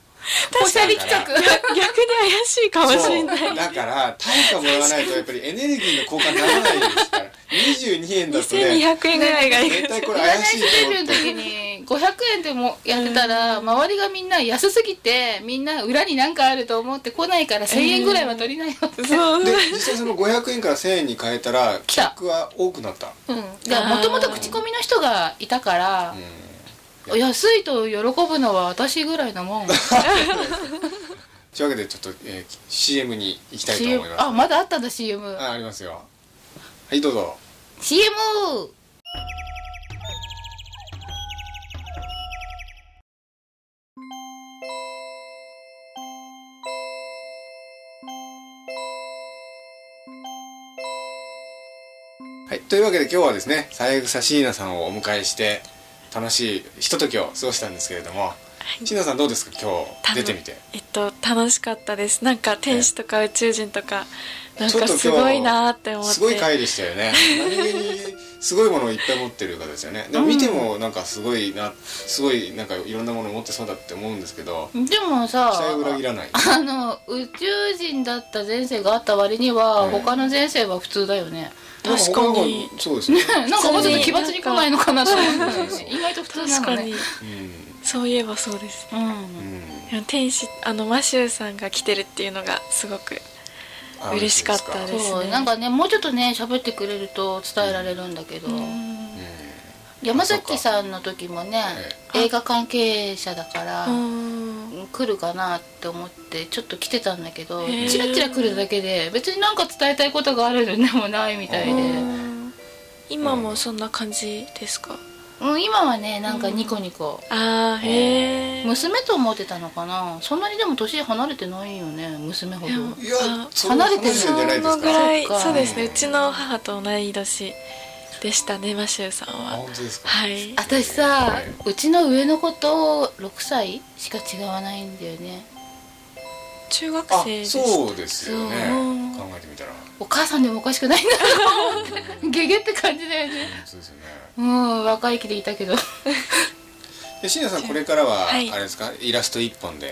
Speaker 2: おしゃれ企画
Speaker 3: 逆に怪しいかもしれない
Speaker 1: そうだから対価もらわないとやっぱりエネルギーの交換にならないですから22円だとね
Speaker 3: 2200円ぐらいがいい
Speaker 1: 絶対これ
Speaker 2: 占い
Speaker 1: 怪し
Speaker 2: 師
Speaker 1: いと思
Speaker 2: デビュー
Speaker 1: っ
Speaker 2: の時
Speaker 1: て
Speaker 2: に500円でもやってたら周りがみんな安すぎてみんな裏になんかあると思って来ないから1000円ぐらいは取りなよって、
Speaker 3: そう
Speaker 1: で実際その500円から1000円に変えたら
Speaker 2: 来た
Speaker 1: 客は多くなった
Speaker 2: うん、だからもともと口コミの人がいたから
Speaker 1: うん、
Speaker 2: 安いと喜ぶのは私ぐらいなもん
Speaker 1: というわけでちょっと、えー、CM に行きたいと思
Speaker 2: CM
Speaker 1: います
Speaker 2: あまだあったんだ CM
Speaker 1: あありますよはいどうぞ
Speaker 2: CM
Speaker 1: はいというわけで今日はですね三枝椎名さんをお迎えして楽しいひとときを過ごしたんですけれども椎名さんどうですか今日出てみて
Speaker 3: えっと楽しかったですなんか天使とか宇宙人とかなん
Speaker 1: ちょっ
Speaker 3: か
Speaker 1: と今日
Speaker 3: すごいなーって思って
Speaker 1: すごい回でしたよね何気にすごいものをいっぱい持ってる方ですよねでも見てもなんかすごいなすごいなんかいろんなものを持ってそうだって思うんですけど
Speaker 2: でもさ
Speaker 1: 期待を裏切らない
Speaker 2: あの宇宙人だった前世があった割には、
Speaker 1: うん
Speaker 2: 他の前世は普通だよね
Speaker 3: 確かに
Speaker 1: そうです ね、
Speaker 2: なんかもうちょっと奇抜に来ないのかなと思って
Speaker 1: そうそうそう
Speaker 2: 意外と普通な
Speaker 3: 確
Speaker 2: の
Speaker 3: かに
Speaker 2: ね
Speaker 3: そういえばそうです
Speaker 2: うん、
Speaker 1: うんうん
Speaker 3: でも天使あのマシューさんが来てるっていうのがすごく
Speaker 1: あ
Speaker 3: 嬉しかった
Speaker 1: 嬉
Speaker 3: です
Speaker 1: か
Speaker 3: ね
Speaker 2: そうなんかねもうちょっとね喋ってくれると伝えられるんだけど、
Speaker 3: うん
Speaker 2: 山崎さんの時もね
Speaker 3: ええ
Speaker 2: 映画関係者だから、
Speaker 3: うん
Speaker 2: 来るかなって思ってちょっと来てたんだけど
Speaker 3: へー
Speaker 2: チラチラ来るだけで別になんか伝えたいことがあるのでもないみたい
Speaker 1: あ
Speaker 2: で
Speaker 1: ー、
Speaker 3: 今もそんな感じですか
Speaker 2: うん、今はねなんかニコニコ、
Speaker 3: あーへえ
Speaker 2: 娘と思ってたのかなそんなにでも年離れてないよね娘ほど
Speaker 3: いや
Speaker 1: いや
Speaker 3: あ
Speaker 1: そんな
Speaker 2: 離れてる
Speaker 1: 話
Speaker 2: ん
Speaker 1: じゃないです
Speaker 3: そのぐらい
Speaker 2: そっか
Speaker 3: そうですねうちの母と同い年でしたねマシューさん
Speaker 1: あ
Speaker 3: は
Speaker 1: 本当ですか
Speaker 3: はい
Speaker 2: 私さ
Speaker 1: はいう
Speaker 2: ちの上の子と6歳しか違わないんだよね
Speaker 3: 中学
Speaker 1: あ
Speaker 3: 生でした
Speaker 1: そうですよね
Speaker 3: そ
Speaker 1: 考えてみたら本
Speaker 2: お母さんでもおかしくないなと思ってゲゲって感じだよね
Speaker 1: 当ですよね
Speaker 2: うん若い気でいたけど
Speaker 1: で椎名さんこれからはあ
Speaker 3: は
Speaker 1: れ
Speaker 3: い
Speaker 1: ですかイラスト一本で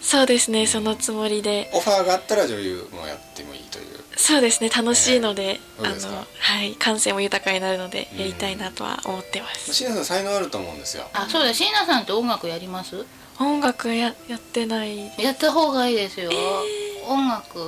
Speaker 3: そうですねそのつもりで
Speaker 1: オファーがあったら女優もやってもいいという
Speaker 3: そうですね楽しいので、
Speaker 1: えーそうです
Speaker 3: あ
Speaker 1: か
Speaker 3: のはい感性も豊かになるのでやりたいなとは思ってます、
Speaker 1: 椎名さん才能あると思うんですよ
Speaker 2: あそうだ椎名さんって音楽やります
Speaker 3: 音楽ややってない
Speaker 2: やった方がいいですよ、音楽う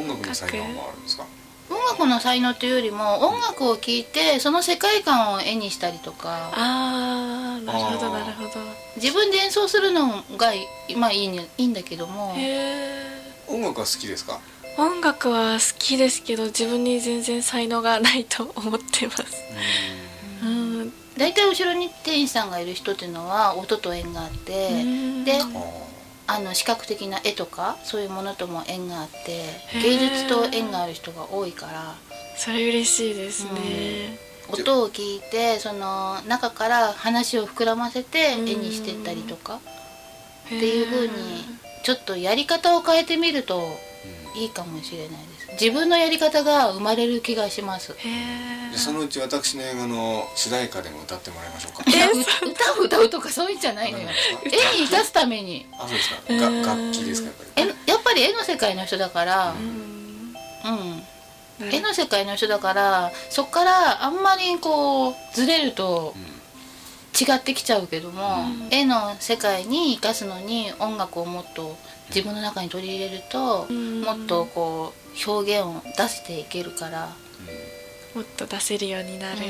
Speaker 2: ん
Speaker 1: 音楽の才能もあるんですか
Speaker 2: 音楽の才能というよりも音楽を聴いてその世界観を絵にしたりとか
Speaker 3: あーなるほど
Speaker 1: あー
Speaker 3: なるほど
Speaker 2: 自分で演奏するのがいいまあいい,、ね、いいんだけども
Speaker 3: へえ
Speaker 1: 音楽は好きですか
Speaker 3: 音楽は好きですけど自分に全然才能がないと思ってますうん
Speaker 2: 大体後ろに店員さんがいる人っていうのは音と縁があって、
Speaker 3: うん
Speaker 2: で
Speaker 1: あ
Speaker 2: あの視覚的な絵とかそういうものとも縁があって
Speaker 3: ー
Speaker 2: 芸術と縁がある人が多いから
Speaker 3: それ嬉しいですね、
Speaker 2: 音を聞いてその中から話を膨らませて
Speaker 3: うん
Speaker 2: 絵にしてったりとか
Speaker 3: へー
Speaker 2: っていう風にちょっとやり方を変えてみると
Speaker 1: ー
Speaker 2: いいかもしれないです自分のやり方が生まれる気がします
Speaker 3: へ
Speaker 1: うん
Speaker 3: え
Speaker 1: でそのうち私の映画の主題歌でも歌ってもらいましょうか
Speaker 2: いやう歌を歌うとかそういうんじゃないのよ絵に立つために
Speaker 1: あそうですかが
Speaker 3: うん
Speaker 1: 楽器ですかやっぱ
Speaker 2: 絵
Speaker 1: り
Speaker 2: のやっぱり絵の世界の人だから
Speaker 3: うん
Speaker 2: うん
Speaker 3: な
Speaker 2: 絵
Speaker 3: る
Speaker 2: の世界の人だからそっからあんまりこうずれると違ってきちゃうけども、
Speaker 3: うん
Speaker 2: 絵の世界に生かすのに音楽をもっと自分の中に取り入れると、
Speaker 3: うん
Speaker 2: もっとこう表現を出していけるから、
Speaker 3: もっと出せるようになる、
Speaker 2: うん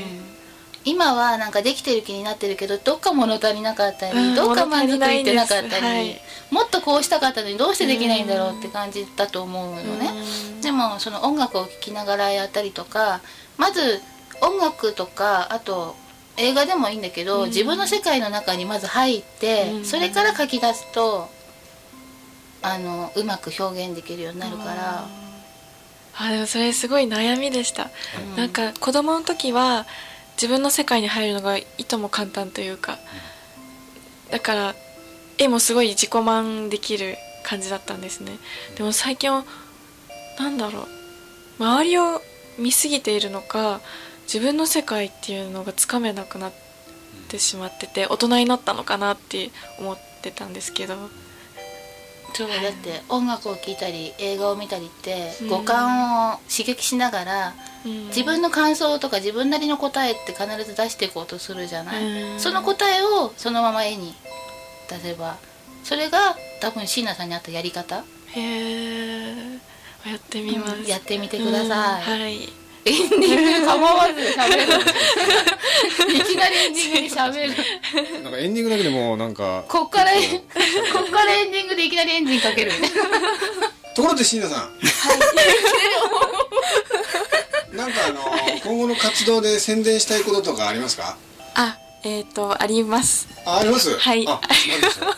Speaker 2: 今はなんかできてる気になってるけどどっか物足りなかったり、
Speaker 3: うん
Speaker 2: どっか満足いってなかったり、
Speaker 3: 物足りないんです
Speaker 2: もっとこうしたかったのにどうしてできないんだろうって感じだと思うのね。
Speaker 3: うん
Speaker 2: でもその音楽を聴きながらやったりとかまず音楽とかあと映画でもいいんだけど、
Speaker 3: うん
Speaker 2: 自分の世界の中にまず入って、
Speaker 3: うん
Speaker 2: それから書き出すとあのうまく表現できるようになるから
Speaker 3: あーあでもそれすごい悩みでした、
Speaker 2: うん
Speaker 3: なんか子供の時は自分の世界に入るのがいとも簡単というか、だから絵もすごい自己満できる感じだったんですねでも最近はなんだろう周りを見すぎているのか自分の世界っていうのがつかめなくなってしまってて大人になったのかなって思ってたんですけど
Speaker 2: そうだ
Speaker 3: はい
Speaker 2: って音楽を聴いたり映画を見たりって、
Speaker 3: うん
Speaker 2: 五感を刺激しながら
Speaker 3: うん
Speaker 2: 自分の感想とか自分なりの答えって必ず出していこうとするじゃない、
Speaker 3: うん
Speaker 2: その答えをそのまま絵に出せばそれが多分椎名さんにあったやり方
Speaker 3: へえやってみます、
Speaker 2: やってみてください、
Speaker 3: うんはい
Speaker 2: エンディング構わず喋るいきなりエンディングに喋る
Speaker 1: うんなんかエンディングだけでもなんか
Speaker 2: こっからこっからエンディングでいきなりエンジンかけるみたいな
Speaker 1: ところで椎名さん なんかあの今後の活動で宣伝したいこととかありますか
Speaker 3: あえっ、とあります
Speaker 1: ああります
Speaker 3: はい
Speaker 1: あ何でしょう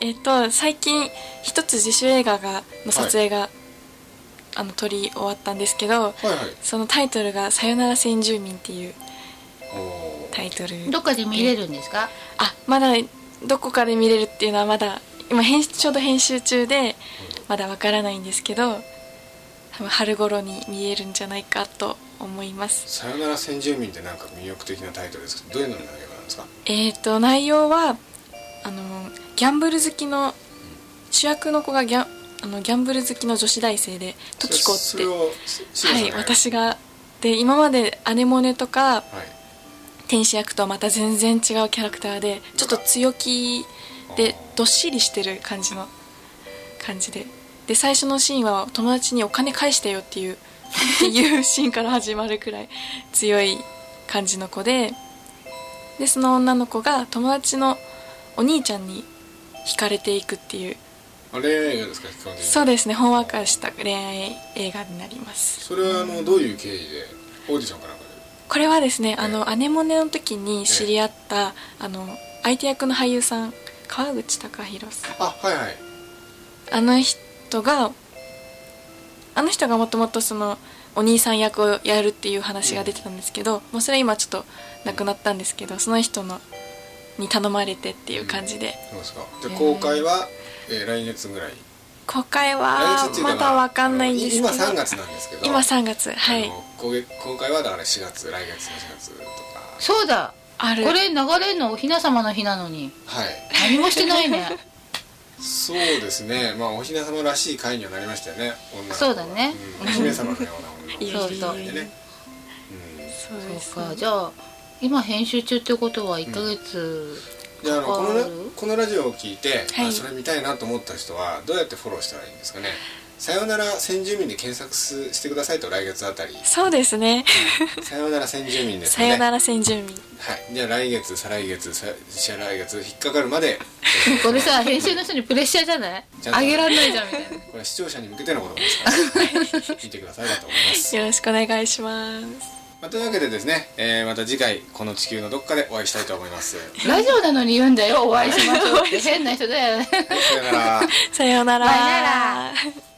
Speaker 3: えっ、と最近一つ自主映画がの撮影が、あの撮り終わったんですけど
Speaker 1: はいはい
Speaker 3: そのタイトルが「さよなら先住民」っていう
Speaker 1: おー
Speaker 3: タイト ル
Speaker 2: どっかで見れるんですか
Speaker 3: あまだどこかで見れるっていうのはまだ今編集ちょうど編集中でまだわからないんですけど多分春頃に見えるんじゃないかと思います
Speaker 1: さよなら先住民ってなんか魅力的なタイトルですけどどういうのになる映画なんですか
Speaker 3: えー、と内容はあのギャンブル好きの主役の子がギャンあのギャンブル好きの女子大生でトキコっ
Speaker 1: そ
Speaker 3: て
Speaker 1: れをし椎
Speaker 3: は
Speaker 1: 名
Speaker 3: い
Speaker 1: さんがやる
Speaker 3: 私がで今までアネモネとか
Speaker 1: はい
Speaker 3: 天使役とはまた全然違うキャラクターでちょっと強気でどっしりしてる感じの感じでで最初のシーンは友達にお金返してよっていうっていうシーンから始まるくらい強い感じの子ででその女の子が友達のお兄ちゃんに惹かれていくっていう
Speaker 1: あ恋愛映画ですか基本的に
Speaker 3: そうですねほんわかした恋愛映画になります
Speaker 1: それはあのどういう経緯でオーディションかなんか
Speaker 3: これはですねあ
Speaker 1: え
Speaker 3: のアネモネの時に知り合ったあの相手役の俳優さん川口貴弘さん
Speaker 1: であはいはい
Speaker 3: あの人があの人がもともとそのお兄さん役をやるっていう話が出てたんですけど、もうそれ今ちょっとなくなったんですけどその人のに頼まれてっていう感じで、
Speaker 1: そうですかじゃあ公開は、えー来月ぐらい
Speaker 3: 公開
Speaker 1: 来
Speaker 3: は
Speaker 1: 月っていうか
Speaker 3: まだわかんないんですけど
Speaker 1: あの今3月なんですけど
Speaker 3: 今3月
Speaker 1: あ
Speaker 3: は
Speaker 1: の
Speaker 3: い
Speaker 1: 公開公開はだから4月来月の4月とか
Speaker 2: そうだ
Speaker 3: ある
Speaker 2: これ流れんのおひな様の日なのに
Speaker 1: はい
Speaker 2: 何もしてないね
Speaker 1: そうですねまあお雛様らしい回にはなりましたよね女の子が
Speaker 2: そうだね
Speaker 1: うんお姫様のような女の子
Speaker 2: そうそう
Speaker 1: でね
Speaker 3: そうで
Speaker 2: そう
Speaker 3: す
Speaker 2: か
Speaker 3: ね
Speaker 2: じゃあ今編集中ってことは1ヶ月、
Speaker 1: うんであのこの
Speaker 2: 関わ
Speaker 1: ラ
Speaker 2: る
Speaker 1: このラジオを聞いて、
Speaker 3: はい
Speaker 1: あそれ見たいなと思った人はどうやってフォローしたらいいんですかね「さよなら先住民」で検索すしてくださいと来月あ たり
Speaker 3: そうですね
Speaker 1: 「さよなら先住民」です
Speaker 3: さ
Speaker 1: ね
Speaker 3: よなら先住民
Speaker 1: はい、じゃあ来月再来月再再来月引っかかる まで
Speaker 2: これさ編集の人にプレッシャーじゃない
Speaker 1: ちゃんと
Speaker 2: あげらんないじゃんみたいな
Speaker 1: これは視聴者に向けてのことです から、見てくださいだと思います、
Speaker 3: よろしくお願いします
Speaker 1: まあというわけでですね、えーまた次回この地球のどっかでお会いしたいと思います、はい、
Speaker 2: ラジオなのに言うんだよお会いしましょうって変な人だよね
Speaker 1: さよなら
Speaker 3: さようなら
Speaker 2: さようなら